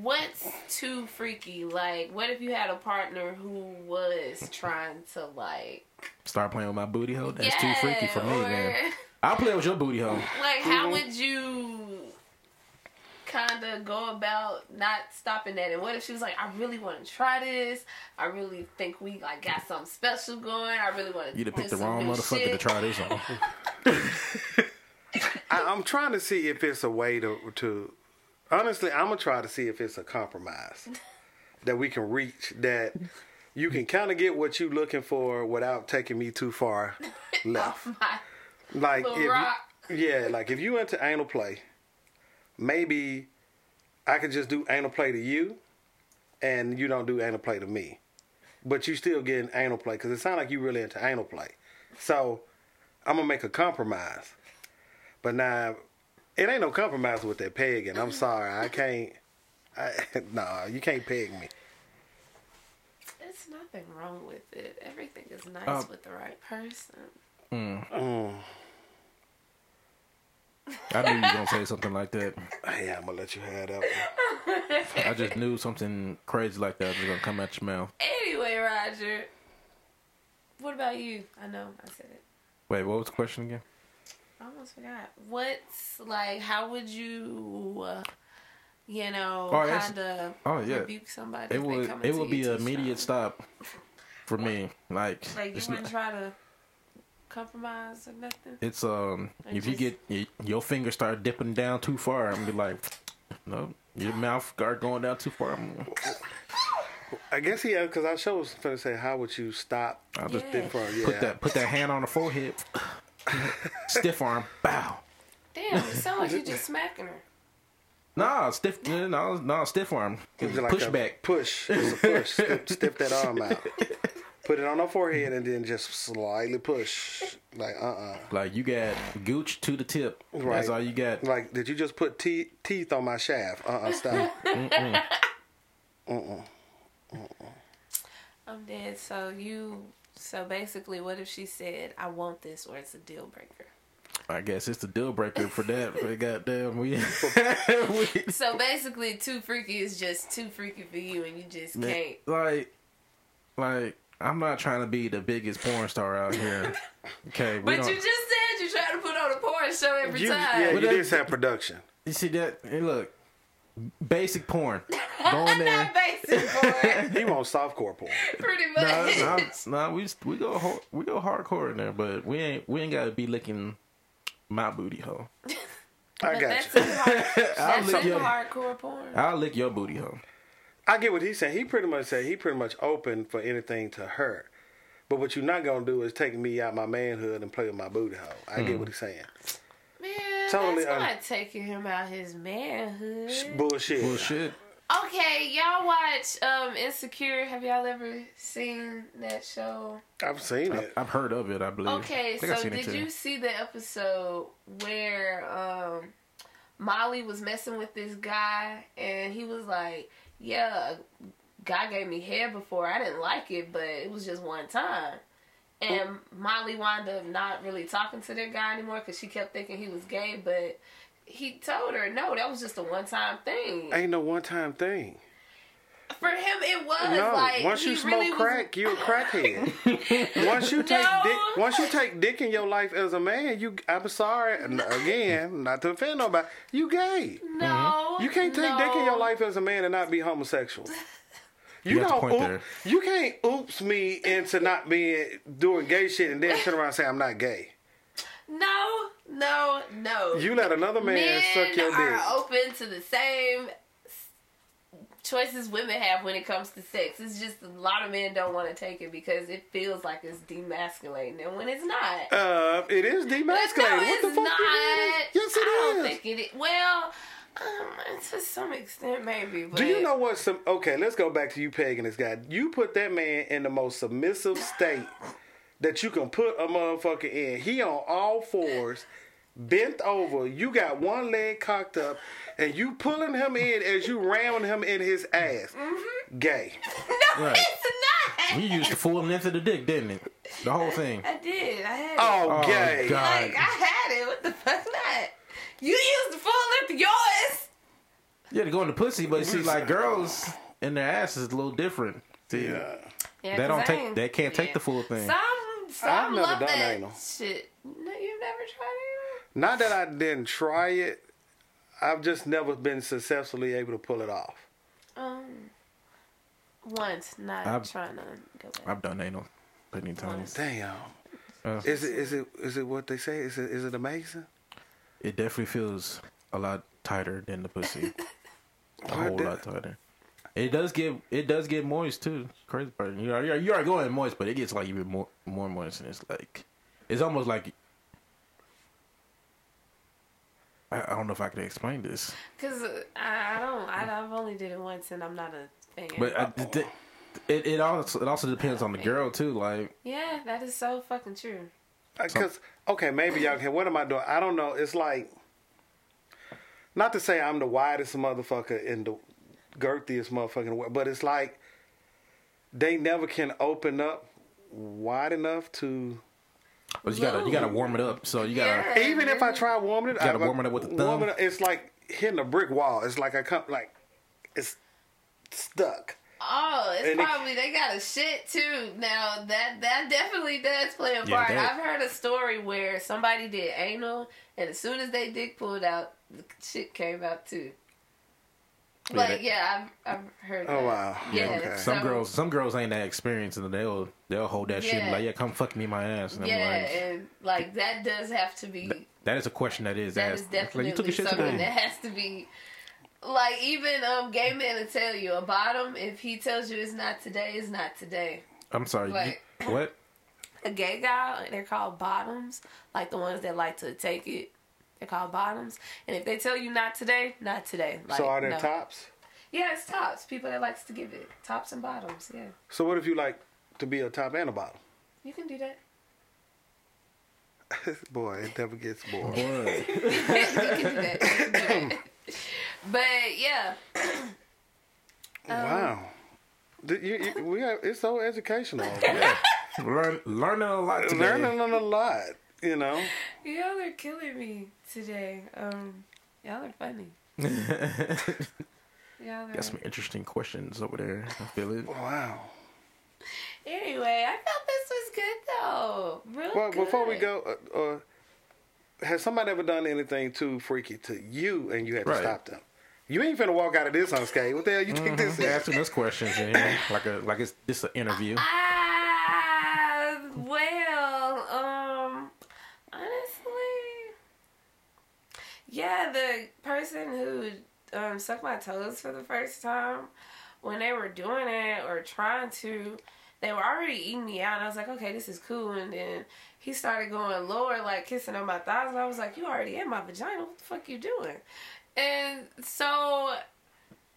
what's too freaky? Like, what if you had a partner who was trying to like? Start playing with my booty hole. That's too Yeah, freaky for me, or, man. I'll play with your booty hole. Like, how would you kind of go about not stopping that? And what if she was like, I really want to try this. I really think we like got something special going. I really want to. You done picked the wrong motherfucker to try this on. I, I'm trying to see if it's a way to to. Honestly, I'm gonna try to see if it's a compromise that we can reach that you can kind of get what you looking for without taking me too far left. Like Little if you- rock. yeah, like if you into anal play, maybe I could just do anal play to you, and you don't do anal play to me, but you still getting anal play because it sounds like you really into anal play. So I'm gonna make a compromise, but now it ain't no compromise with that pegging. I'm sorry, I can't. I, nah, you can't peg me. There's nothing wrong with it. Everything is nice Um, with the right person. Mm. I knew you were gonna say something like that. Hey, I'm gonna let you have that. One. I just knew something crazy like that was gonna come out your mouth. Anyway, Roger, what about you? I know I said it. Wait, what was the question again? I almost forgot. What's like? How would you, uh, you know, Oh, it's- kind of oh, yeah. rebuke somebody? It if they would come it into would you be too an immediate strong? stop for me. Like, Like you it's wouldn't not- try to compromise or nothing. It's um, And if you just- get y- your fingers start dipping down too far, I'm gonna be like, no, your mouth start going down too far. I'm, I guess he because I sure was finna say how would you stop I'll just Yeah. them from yeah. put that put that hand on the forehead, stiff arm, bow. Damn, it sounds like you just smacking her. Nah, stiff, no, no, stiff arm, It's like push a back. Push. It's a push. Step, step that arm out. Put it on her forehead and then just slightly push. Like, uh uh Like you got gooch to the tip. Right. That's all you got. Like, did you just put te- teeth on my shaft? Uh uh stop. I'm dead. So you. So basically, what if she said, "I want this," or it's a deal breaker? I guess it's the deal breaker for that. For goddamn, we, we So basically, too freaky is just too freaky for you, and you just can't. like, like I'm not trying to be the biggest porn star out here. Okay, we But don't, you just said you try to put on a porn show every you, time. yeah, you But that- did have production. you see that? Hey, look, basic porn. Go in there. Not basic porn, He wants softcore porn. pretty No, much. no, no, we we go hard- we go hardcore in there, but we ain't we ain't gotta be licking my booty hole. I But got that's you. too hard. That's lick too your- hardcore porn. I'll lick your booty hole. I get what he's saying. He pretty much said he pretty much open for anything to her. But what you're not gonna do is take me out my manhood and play with my booty hole. I get Mm. what he's saying. Man, Totally that's un- not taking him out his manhood. Bullshit. Bullshit. Okay, y'all watch um Insecure. Have y'all ever seen that show? I've seen I, it. I've heard of it. I believe. Oh, I Okay, think I've so seen it did too. you see the episode where um Molly was messing with this guy and he was like, "Yeah, God gave me hair before. I didn't like it, but it was just one time." And Molly wound up not really talking to that guy anymore because she kept thinking he was gay, but he told her, "No, that was just a one-time thing." Ain't no one time thing. For him, it was No. like once you he smoke really was- crack, you're a crackhead. once you take No. dick once you take dick in your life as a man, you I'm sorry and again, not to offend nobody, you gay. No, Mm-hmm. You can't take no. dick in your life as a man and not be homosexual. You, got the don't. point oop- there. you can't oops me into not being doing gay shit and then turn around and say I'm not gay. No, no, no. You let another man Men suck your dick. are open to the same s- choices women have when it comes to sex. It's just a lot of men don't want to take it because it feels like it's demasculating, and when it's not. Uh, it is demasculating. No, what it's the fuck? not. You mean? Yes, it I is. don't think it is. Well, um, to some extent, maybe. But Do you know what? Some okay. Let's go back to you pegging this guy. You put that man in the most submissive state that you can put a motherfucker in. He on all fours, bent over. You got one leg cocked up, and you pulling him in as you round him in his ass. Gay. No, Right. it's not. You used the full length of the dick, didn't it? The whole thing. I did. I had. it. Oh, Oh, gay. God. Like I had it. What the fuck not? You used the full lip of yours. Yeah, to go in the pussy, but see, like girls and their ass is a little different. See, Yeah. Yeah, They 'cause don't I take- ain't- they can't take the full thing. Some, some I've never love done that anal. shit. No, you've never tried Not that I didn't try it. I've just never been successfully able to pull it off. anal. Um, once, not I've- trying to go back. I've done anal plenty of times. Damn. Uh, Is it is it is it what they say? Is it is it amazing? It definitely feels a lot tighter than the pussy. a Why whole did- lot tighter. It does get it does get moist too. Crazy part. You are you are going moist, but it gets like even more more moist, and it's like it's almost like I, I don't know if I can explain this, Cause uh, I, I don't. I, I've only did it once, and I'm not a fan. but I, th- it it also it also depends on the girl too. Like yeah, that is so fucking true. Because Uh, okay, maybe y'all can. What am I doing? I don't know. It's like not to say I'm the widest motherfucker in the girthiest motherfucker in the world, but it's like they never can open up wide enough to. but you gotta you gotta warm it up, so you gotta Yeah. Even if I try warming it, You gotta I- warm it up with the thumb. warm it up, it's like hitting a brick wall. It's like I come like it's stuck. Oh, it's And it- probably they got a shit too. Now that that definitely does play a Yeah, part. that- I've heard a story where somebody did anal, and as soon as they dick pulled out, the shit came out too. Yeah, Like that- yeah, I've I've heard. Oh that. wow. Yeah. Okay. some so- girls some girls ain't that experienced, and they'll they'll hold that shit and be Yeah. like yeah, come fuck me in my ass, and I'm Yeah, like. and like that does have to be. That is a question that is that asked. is definitely like, you took a shit something that today. has to be. Like even um, gay men will tell you a bottom. If he tells you it's not today, it's not today. I'm sorry. Like- you, what? a gay guy, they're called bottoms, like the ones that like to take it. They're called bottoms. And if they tell you not today, not today. Like, so are there no. tops? Yeah, it's tops. People that likes to give it. Tops and bottoms, yeah. So what if you like to be a top and a bottom. You can do that. Boy, it never gets boring. Boy, you can do that. You can do that. but yeah, Um, wow. Did you, you- we are, it's so educational. learn learning a lot today. Learning a lot, you know. y'all are killing me today. Um, y'all are funny. y'all are. Got some interesting questions over there. I feel it. Wow. Anyway, I thought this was good though. Real Well, good. before we go, uh, uh, has somebody ever done anything too freaky to you and you had to Right. stop them? You ain't finna walk out of this unscathed. What the hell you think this They're is? asking us questions in here, like a like it's this an interview. Ah, well, um, honestly, yeah, the person who um, sucked my toes for the first time, when they were doing it or trying to, they were already eating me out. And I was like, okay, this is cool. And then he started going lower, like kissing on my thighs. And I was like, you already in my vagina. What the fuck you doing? And so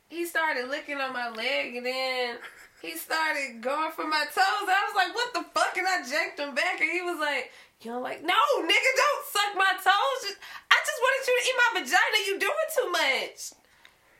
he started licking on my leg and then he started going for my toes. I was like, what the fuck? And I jacked him back and he was like, you know, like, no, nigga, don't suck my toes. Just- I just wanted you to eat my vagina. You doing too much.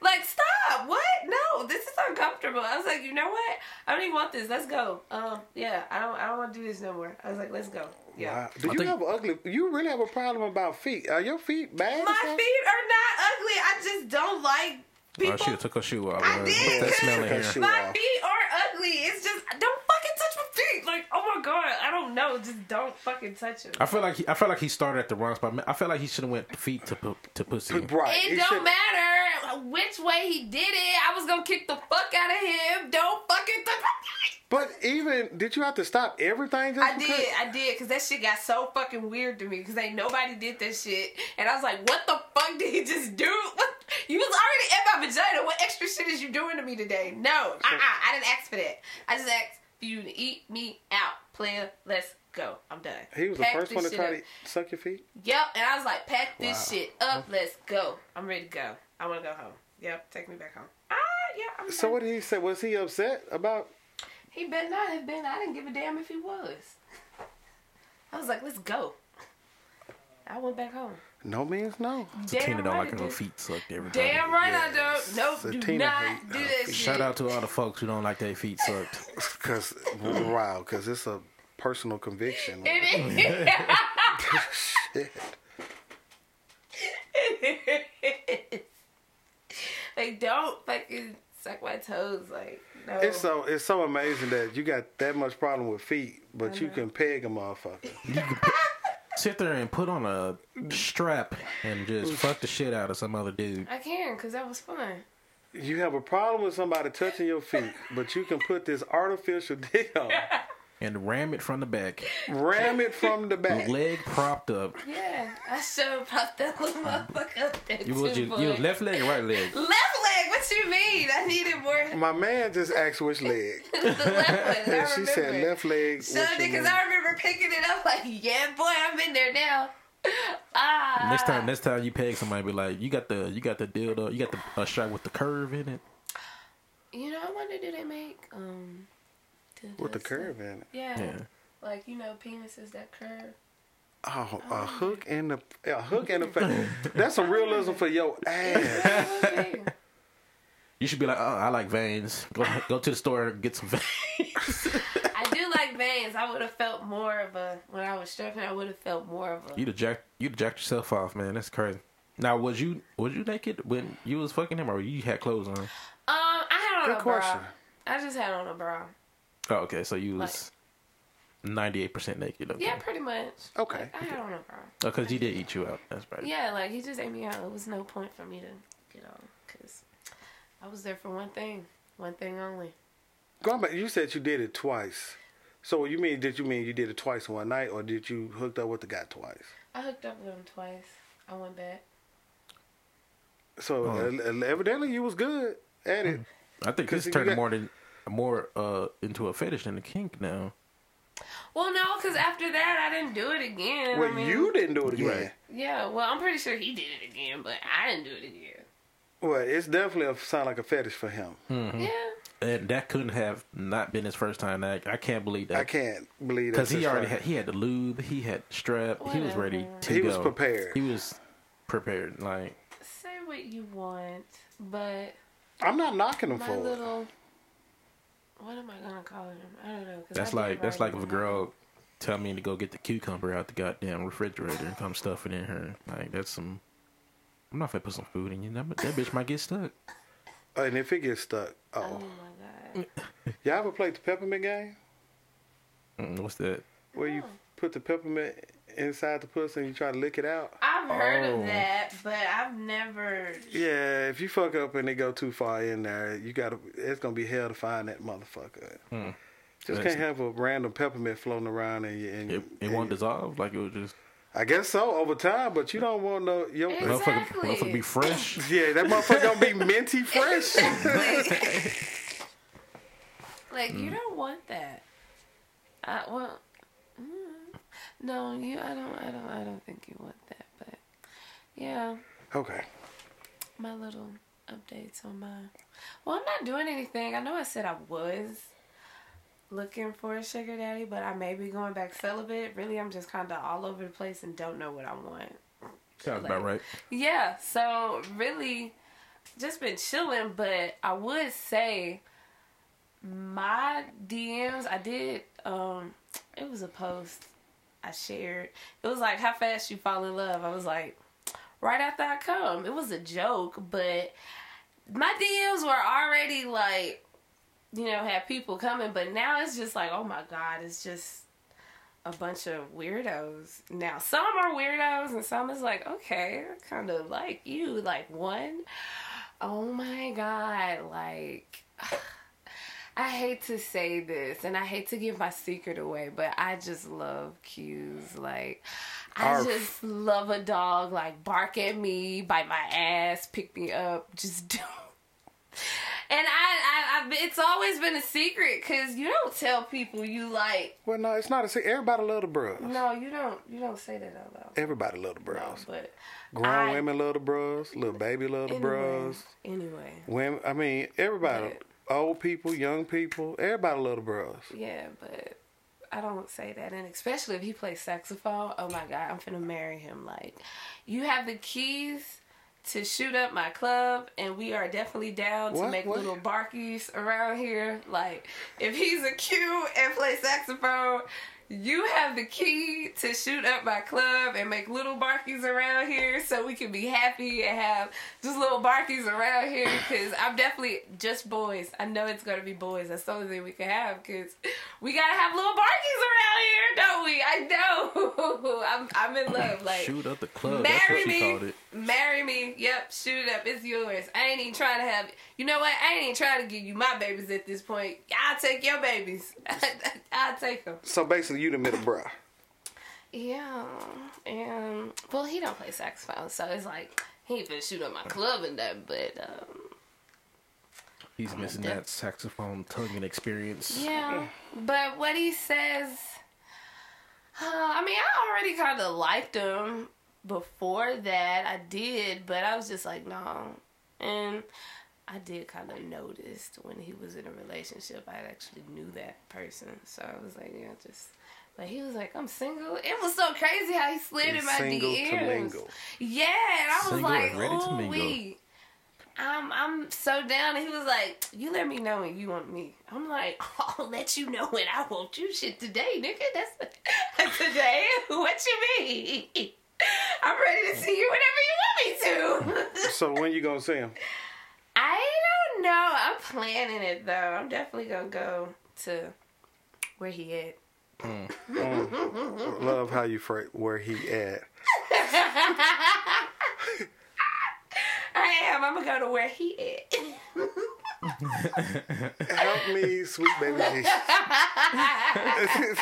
Like, stop. What? No, this is uncomfortable. I was like, you know what? I don't even want this. Let's go. Um, yeah, I don't I don't want to do this no more. I was like, let's go. Yeah. Wow. Do I you think- have ugly? You really have a problem about feet? Are your feet bad? or My feet something? are not ugly. I just don't like people. Oh, she took her shoe off. I Uh, did, What's that cause- smell in Took her here? shoe My off. feet are ugly. It's just don't fucking touch my feet. Like, oh my god, I don't know. Just don't fucking touch them. I feel like he, I feel like he started at the wrong spot. I feel like he should have went feet to pu- to pussy. Right. It you don't should- matter which way he did it. I was gonna kick the fuck out of him. Don't fucking touch my feet. But even did you have to stop everything? Just I did, I did, cause that shit got so fucking weird to me, cause ain't nobody did that shit, and I was like, what the fuck did he just do? What? You was already in my vagina. What extra shit is you doing to me today? No, uh-uh, I didn't ask for that. I just asked for you to eat me out, player. Let's go. I'm done. He was Pack the first this one to shit try up. to suck your feet. Yep, and I was like, pack this Wow. shit up, let's go. I'm ready to go. I want to go home. Yep, take me back home. Ah, yeah. I'm So done. what did he say? Was he upset about? He better not have been. I didn't give a damn if he was. I was like, let's go. I went back home. No means no. Tina Damn don't right, like I her did. feet sucked every time. Damn right I don't. Nope, do Satina not hate do that shit. Shout out to all the folks who don't like their feet sucked. Cause wow, cause it's a personal conviction. It Shit. is. like, don't fucking suck my toes. Like, no. It's so it's so amazing that you got that much problem with feet, but Uh-huh. you can peg a motherfucker. Sit there and put on a strap and just fuck the shit out of some other dude. I can, because that was fun. You have a problem with somebody touching your feet, but you can put this artificial dick on, and ram it from the back, ram it from the back. leg propped up. Yeah, I sure popped that little motherfucker up there. You was too, you, you boy. was left leg, or right leg. Left leg, what you mean? I needed more. My man just asked which leg, the left leg. I and she said remember. left leg. So, what you because need. I remember picking it up, like, yeah, boy, I'm in there now. Ah. Next time, next time you peg somebody, be like, you got the you got the dildo, you got the uh, strap with the curve in it. You know, I wonder do they make um. dildos with the that- curve in it. Yeah. Yeah, Like you know, penises that curve. Oh, a hook in the a hook in the face. That's some realism for your ass. Okay. you should be like, oh, I like veins. Go go to the store and get some veins. I do like veins. I would have felt more of a when I was stripping. I would have felt more of a. You jack you jacked yourself off, man. That's crazy. Now, was you was you naked when you was fucking him, or you had clothes on? um, I had on Good a question. bra. I just had on a bra. Oh, okay, so you was ninety eight percent naked. Okay, Yeah, pretty much. Okay. Like, I had on a bra. because he did eat you out. That's right. Yeah, like he just ate me out. It was no point for me to get on because I was there for one thing, one thing only. Going back, you said you did it twice. So you mean did you mean you did it twice in one night, or did you hooked up with the guy twice? I hooked up with him twice. I went back. So Oh. uh, evidently you was good at it. Mm-hmm. I think 'Cause this you turned got- more than more uh into a fetish than a kink now. Well, no, because after that I didn't do it again. I Well, mean, you didn't do it again. Right. Yeah, well, I'm pretty sure he did it again, but I didn't do it again. Mm-hmm. Well, it's definitely a, sound like a fetish for him. Yeah, and that couldn't have not been his first time. I, I can't believe that. I can't believe that. because he already had he had the lube, he had strap, he was ready Whatever. to He go. was prepared. He was prepared. Like Say what you want, but I'm not knocking him my for it. little. What am I gonna call him? I don't know. 'cause that's I like did that's write like if it a girl tell me to go get the cucumber out the goddamn refrigerator and come stuff it in her. Like that's some. I'm not gonna put some food in you. That, that bitch might get stuck. And if it gets stuck, down. oh, Oh my god. y'all ever played the peppermint game Mm, What's that? where you put the peppermint inside the pussy and you try to lick it out? I've heard Oh. of that, but I've never. Yeah, if you fuck up and they go too far in there, you gotta. It's gonna be hell to find that motherfucker. Hmm. Just That's- can't have a random peppermint floating around and, and, It, it and won't dissolve. Like it was just I guess so over time, but you don't want no. Your, Exactly. motherfucker. Motherfucker be fresh. yeah, that motherfucker gonna be minty fresh. Like you don't want that. I well, mm, no, you. I don't. I don't. I don't think you want that. But yeah, okay, my little updates on mine. Well, I'm not doing anything. I know I said I was looking for a sugar daddy, but I may be going back celibate. Really, I'm just kind of all over the place and don't know what I want. Sounds about right. Yeah, so really just been chilling, but I would say my DMs, I did um it was a post I shared. It was like how fast you fall in love. I was like right after I come. It was a joke, but my DMs were already like you know, had people coming, but now it's just like, oh my god, it's just a bunch of weirdos. Now, some are weirdos and some is like, okay, I kind of like you. Like, one, oh my God, like, I hate to say this and I hate to give my secret away, but I just love cues. Like, I Arf. just love a dog, like, bark at me, bite my ass, pick me up, just do. And I, I, I, it's always been a secret because you don't tell people you like well no, it's not a. se- Everybody love the bros. no, you don't. You don't say that out loud. Everybody love the No, bros. but Grown I- women love the bros. Little baby love the anyway, bros. Anyway, Women, I mean, everybody. Old people, young people, everybody love the bros. yeah, but I don't say that, and especially if he plays saxophone. Oh my God, I'm finna marry him. Like, you have the keys to shoot up my club, and we are definitely down to What? make What? little barkies around here. Like, if he's a Q and plays saxophone. You have the key to shoot up my club and make little barkies around here so we can be happy and have just little barkies around here because I'm definitely just boys. I know it's going to be boys. That's the only thing we can have because we got to have little barkies around here, don't we? I know. I'm, I'm in love. Like, Shoot up the club. That's marry what she called me. it. Marry me. Yep, shoot it up. It's yours. I ain't even trying to have You know what? I ain't even trying to give you my babies at this point. I'll take your babies. I'll take them. So basically, you the middle bro. Yeah, and well, he don't play saxophone, so it's like he even shoot up my club and that. But um, He's missing dip. that saxophone tonguing experience. yeah, but what he says, uh, I mean, I already kind of liked him before that. I did, but I was just like, no, and I did kind of noticed when he was in a relationship. I actually knew that person, so I was like, yeah, just. But he was like, I'm single. It was so crazy how he slid in my Single DMs. to mingle. Yeah, and I was Single and ready to like, ooh mingle." wee. I'm I'm so down, and he was like, "You let me know when you want me." I'm like, "I'll let you know when I want you." Shit, today, nigga. That's today. What you mean? I'm ready to see you whenever you want me to. So when you gonna see him? I don't know. I'm planning it though. I'm definitely gonna go to where he at. Love how you fra where he at. I am. I'm gonna go to where he at. Help me, sweet baby Jesus.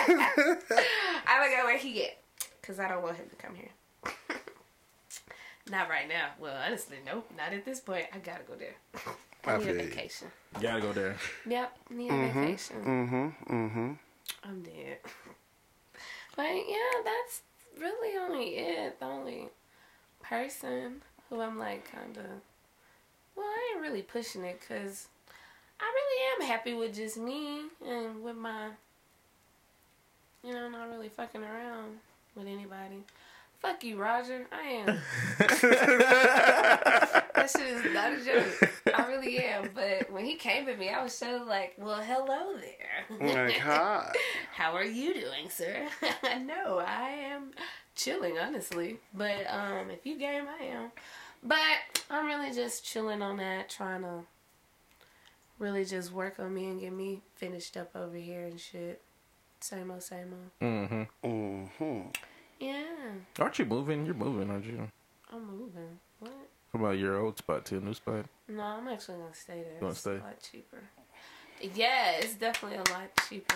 I'm gonna go where he at, cause I don't want him to come here. not right now. Well, honestly, nope. Not at this point. I gotta go there. I need a feel you. vacation. Gotta go there. Yep. Need a vacation. Mm-hmm. Mm-hmm. I'm dead. But yeah, that's really only it. The only person who I'm like kind of. Well, I ain't really pushing it because I really am happy with just me and with my, you know, not really fucking around with anybody. Fuck you, Roger. I am. that shit is not a joke. I really am. But when he came to me, I was so like, well, hello there. like, hi. How are you doing, sir? no, I am chilling, honestly. But um, if you game, I am. But I'm really just chilling on that, trying to really just work on me and get me finished up over here and shit. Same old, same old. Mm-hmm. Mm-hmm. Yeah, Aren't you moving? You're moving, aren't you? I'm moving. What? From about your old spot to a new spot. No, I'm actually gonna stay there. gonna It's stay? a lot cheaper. Yeah, it's definitely a lot cheaper.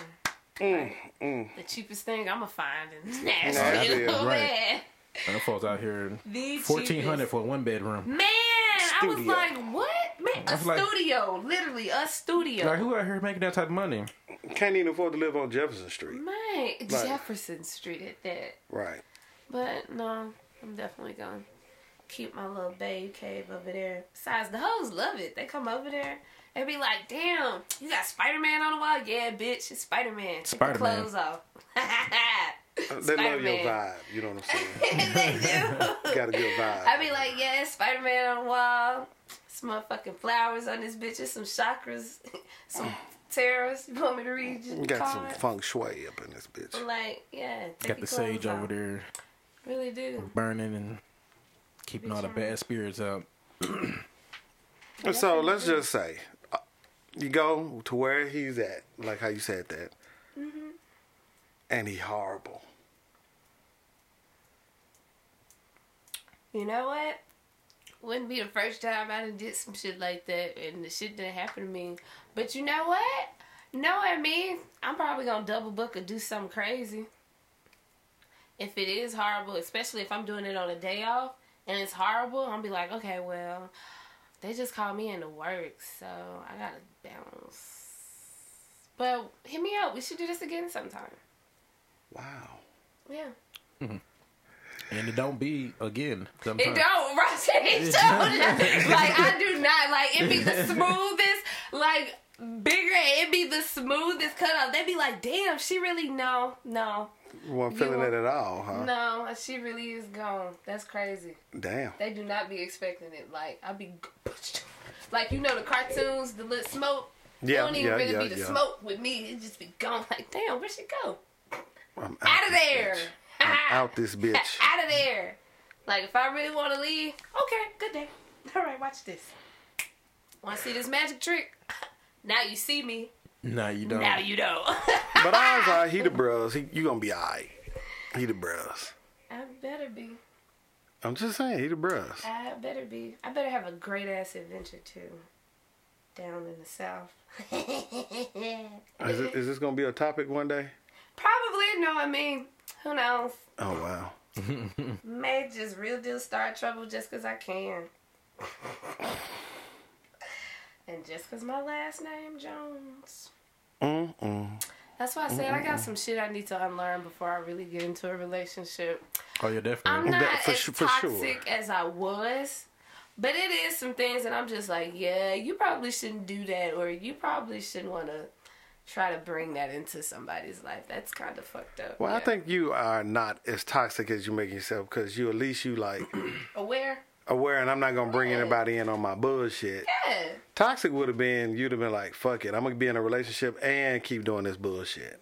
Mm, mm. The cheapest thing I'ma find in Nashville, Nashville. man. right. And it falls out here The fourteen hundred cheapest. for a one bedroom. Man, I was Studio. like, what? Man, a was like- studio, literally a studio. Like who out here making that type of money? Can't even afford to live on Jefferson Street. Man, Jefferson Street at that. Right. But no, I'm definitely gonna keep my little babe cave over there. Besides, the hoes love it. They come over there and be like, "Damn, you got Spider Man on the wall? Yeah, bitch, it's Spider Man. Take your Spider-Man. clothes off." They love your Spider-Man. vibe. You know what I'm saying? they do. Got a good vibe. I be like, yeah, Spider Man on the wall, some motherfucking flowers on this bitch, and some chakras, some tarots. You want me to read you? You got some feng shui up in this bitch. Like, yeah. take Got your the sage clothes over off. there Really do. burning and keeping all the Return. bad spirits out. So let's just say uh, you go to where he's at, like how you said that, Mm-hmm. and he horrible. You know what? Wouldn't be the first time I done did some shit like that, and the shit didn't happen to me. But you know what? Knowing me, I'm probably gonna double book or do something crazy. If it is horrible, especially if I'm doing it on a day off and it's horrible, I'm be like, okay, well, they just called me into work, so I gotta bounce. But hit me up. We should do this again sometime. Wow. Yeah. And it don't be again. It Sometimes. don't, Ross. It don't. like I do not. Like it be the smoothest. Like bigger. It be the smoothest cut off. They be like, damn, she really no, no, You weren't You feeling were- it at all, huh? no. She really is gone. That's crazy. Damn. They do not be expecting it. Like I be, like you know the cartoons, the little smoke. it Yeah, don't even yeah, really yeah, be the yeah. smoke with me. It just be gone. Like damn, where'd she go? I'm Out of this there. bitch. I'm out this bitch. out of there. Like if I really want to leave, okay, good day. All right, watch this. Want to see this magic trick? Now you see me. Nah, you don't. Now you know. But I was like, he the bros. He, you gonna be alright. He the bros. I better be. I'm just saying, he the bros. I better be. I better have a great ass adventure too. Down in the south. Is, it, is this gonna be a topic one day? Probably no. I mean, who knows? Oh wow. May just real deal start trouble just 'cause I can. and just 'cause my last name Jones. Mm-mm. That's why I said I got some shit I need to unlearn before I really get into a relationship. Oh, yeah, definitely. I'm not That- for as su- for sure. toxic as I was, but it is some things that I'm just like, yeah, you probably shouldn't do that, or you probably shouldn't want to try to bring that into somebody's life. That's kind of fucked up. Well, Yeah. I think you are not as toxic as you make yourself because you at least you like aware. aware, and I'm not gonna bring anybody in on my bullshit. Yeah, Toxic would have been you'd have been like, fuck it, I'm gonna be in a relationship and keep doing this bullshit.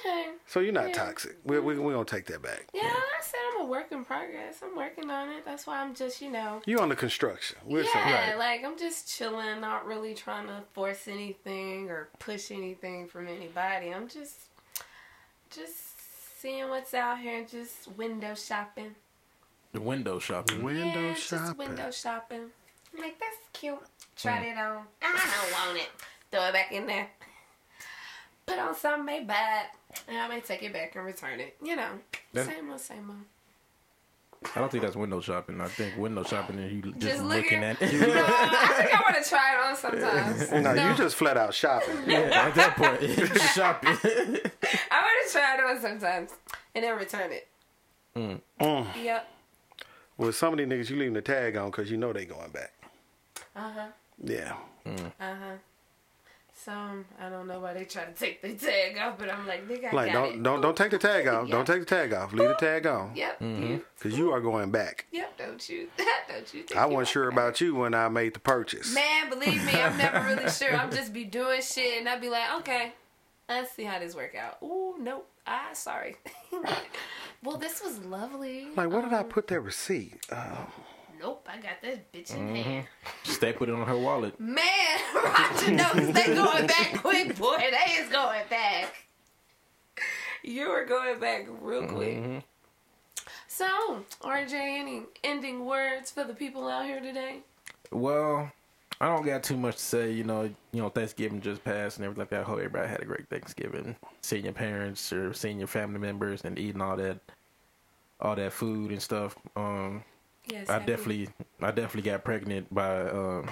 okay. So you're not Yeah. toxic. We're we, we gonna take that back. Yeah, I said I'm a work in progress. I'm working on it. That's why I'm just, you know, You on the construction. We're saying, yeah, like I'm just chilling, not really trying to force anything or push anything from anybody. I'm just just seeing what's out here, just window shopping. the window shopping. window yeah, Just shopping. Mm. window shopping. I'm like that's cute. Try it on. I don't want it. Throw it back in there. Put on something may bad, and I may take it back and return it. You know, That- same old, same old. I don't think that's window shopping. I think window shopping is you just, Just looking looking- at You know, I think I want to try it on sometimes. No, you just flat out shopping. yeah, at that point, it's just shopping. I want to try it on sometimes and then return it. Mm. Mm. Yep. With some of these niggas, you leaving the tag Uh-huh. on because you know they going back. Uh huh. Yeah. Uh huh. some. I don't know why they try to take the tag off, but I'm like, nigga, I got Like don't it. don't don't take the tag off. Yeah. Don't take the tag off. Leave the tag on. Yep, you, Cause you are going back. Mm-hmm. yep. Don't you? don't you? Think I you wasn't sure like about you when I made the purchase. that. Man, believe me, I'm never really sure. I'm just be doing shit, and I'd be like, okay, let's see how this work out. Ooh, nope. Ah, sorry. well, this was lovely. Like where did I put that receipt? Uh, Nope, I got this bitch in hand. Stapled it on her wallet. Man, Roger knows they going back quick, boy. They is going back. You are going back real quick. Mm-hmm. So, RJ, any ending words for the people out here today? Well, I don't got too much to say. You know, you know, Thanksgiving just passed and everything like that. I hope everybody had a great Thanksgiving, seeing your parents or seeing your family members and eating all that, all that food and stuff. Um, Yes, I definitely, I definitely got pregnant by um,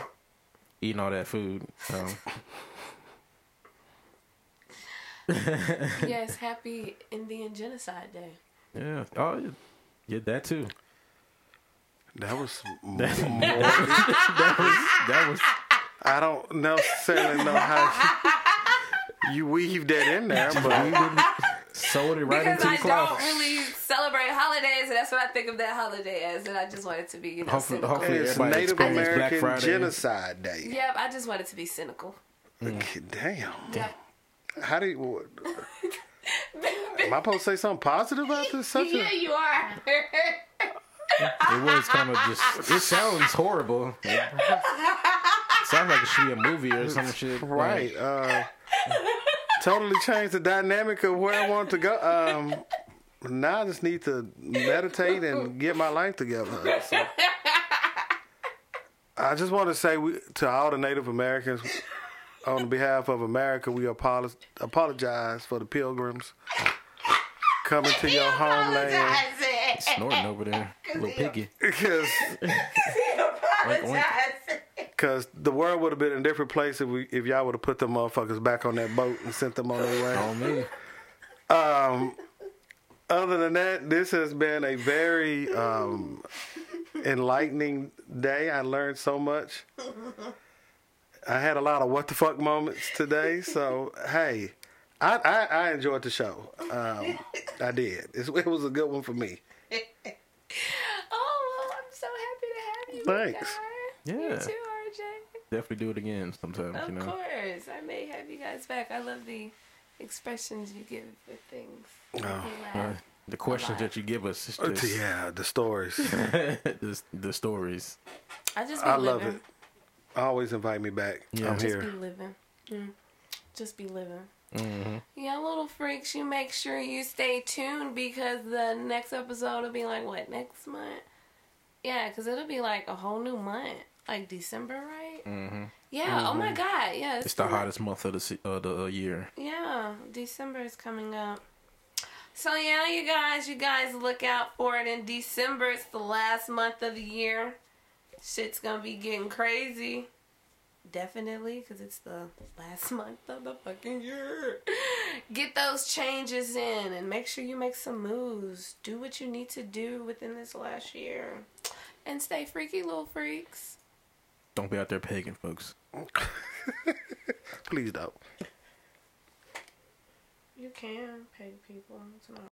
eating all that food. Um, yes, happy Indian Genocide Day. yeah. Oh, yeah. yeah, that too. that was That was. I don't necessarily know how you, you weave that in there, but Sold it right Because into the I closet. don't really celebrate holidays, and that's what I think of that holiday as, and I just want it to be, you know, Hopefully- cynical. hopefully- it's Everybody Native experienced Black American Friday. Genocide Day. Yep, I just want it to be cynical. Damn. Yep. How do you? Am I supposed to say something positive about this yeah, subject? you are. It was kind of just. It sounds horrible. sounds like it should be a movie or some shit. Right. Like, Uh, totally changed the dynamic of where I want to go. Um, now I just need to meditate and get my life together. So, I just want to say we, to all the Native Americans, on behalf of America, we apolo- apologize for the pilgrims coming to your Oh, homeland. Apologizing. snorting over there, eh, little piggy. Because Apologizing. Cause the world would have been a different place if we if y'all would have put them motherfuckers back on that boat and sent them on their way. On me. Other than that, this has been a very um, enlightening day. I learned so much. I had a lot of what the fuck moments today. So hey, I I, I enjoyed the show. Um, I did. It's, it was a good one for me. Oh, well, I'm so happy to have you. Thanks. Guy. You Yeah. too, RJ. Definitely do it again sometimes, Of you know. course. I may have you guys back. I love the expressions you give for things. Oh, Make me laugh. Uh, the questions that you give us is just Yeah, the stories. the, the stories. I just be I living. love it. Always invite me back. Yeah. I'm Just Just here. be living. Mm. Just be living. Mm-hmm. Yeah, little freaks, you make sure you stay tuned because the next episode will be like, what, next month? Yeah, because it'll be like a whole new month. Like December, right? Mm-hmm. Yeah, oh my God. Yeah. It's the still- hottest month of the se- of the uh, year. Yeah, December is coming up. So yeah, you guys, you guys look out for it in December. It's the last month of the year. Shit's gonna be getting crazy. Definitely, because it's the last month of the fucking year. Get those changes in and make sure you make some moves. Do what you need to do within this last year. And stay freaky, little freaks. Don't be out there pagan, folks. Please don't. You can pay people. It's not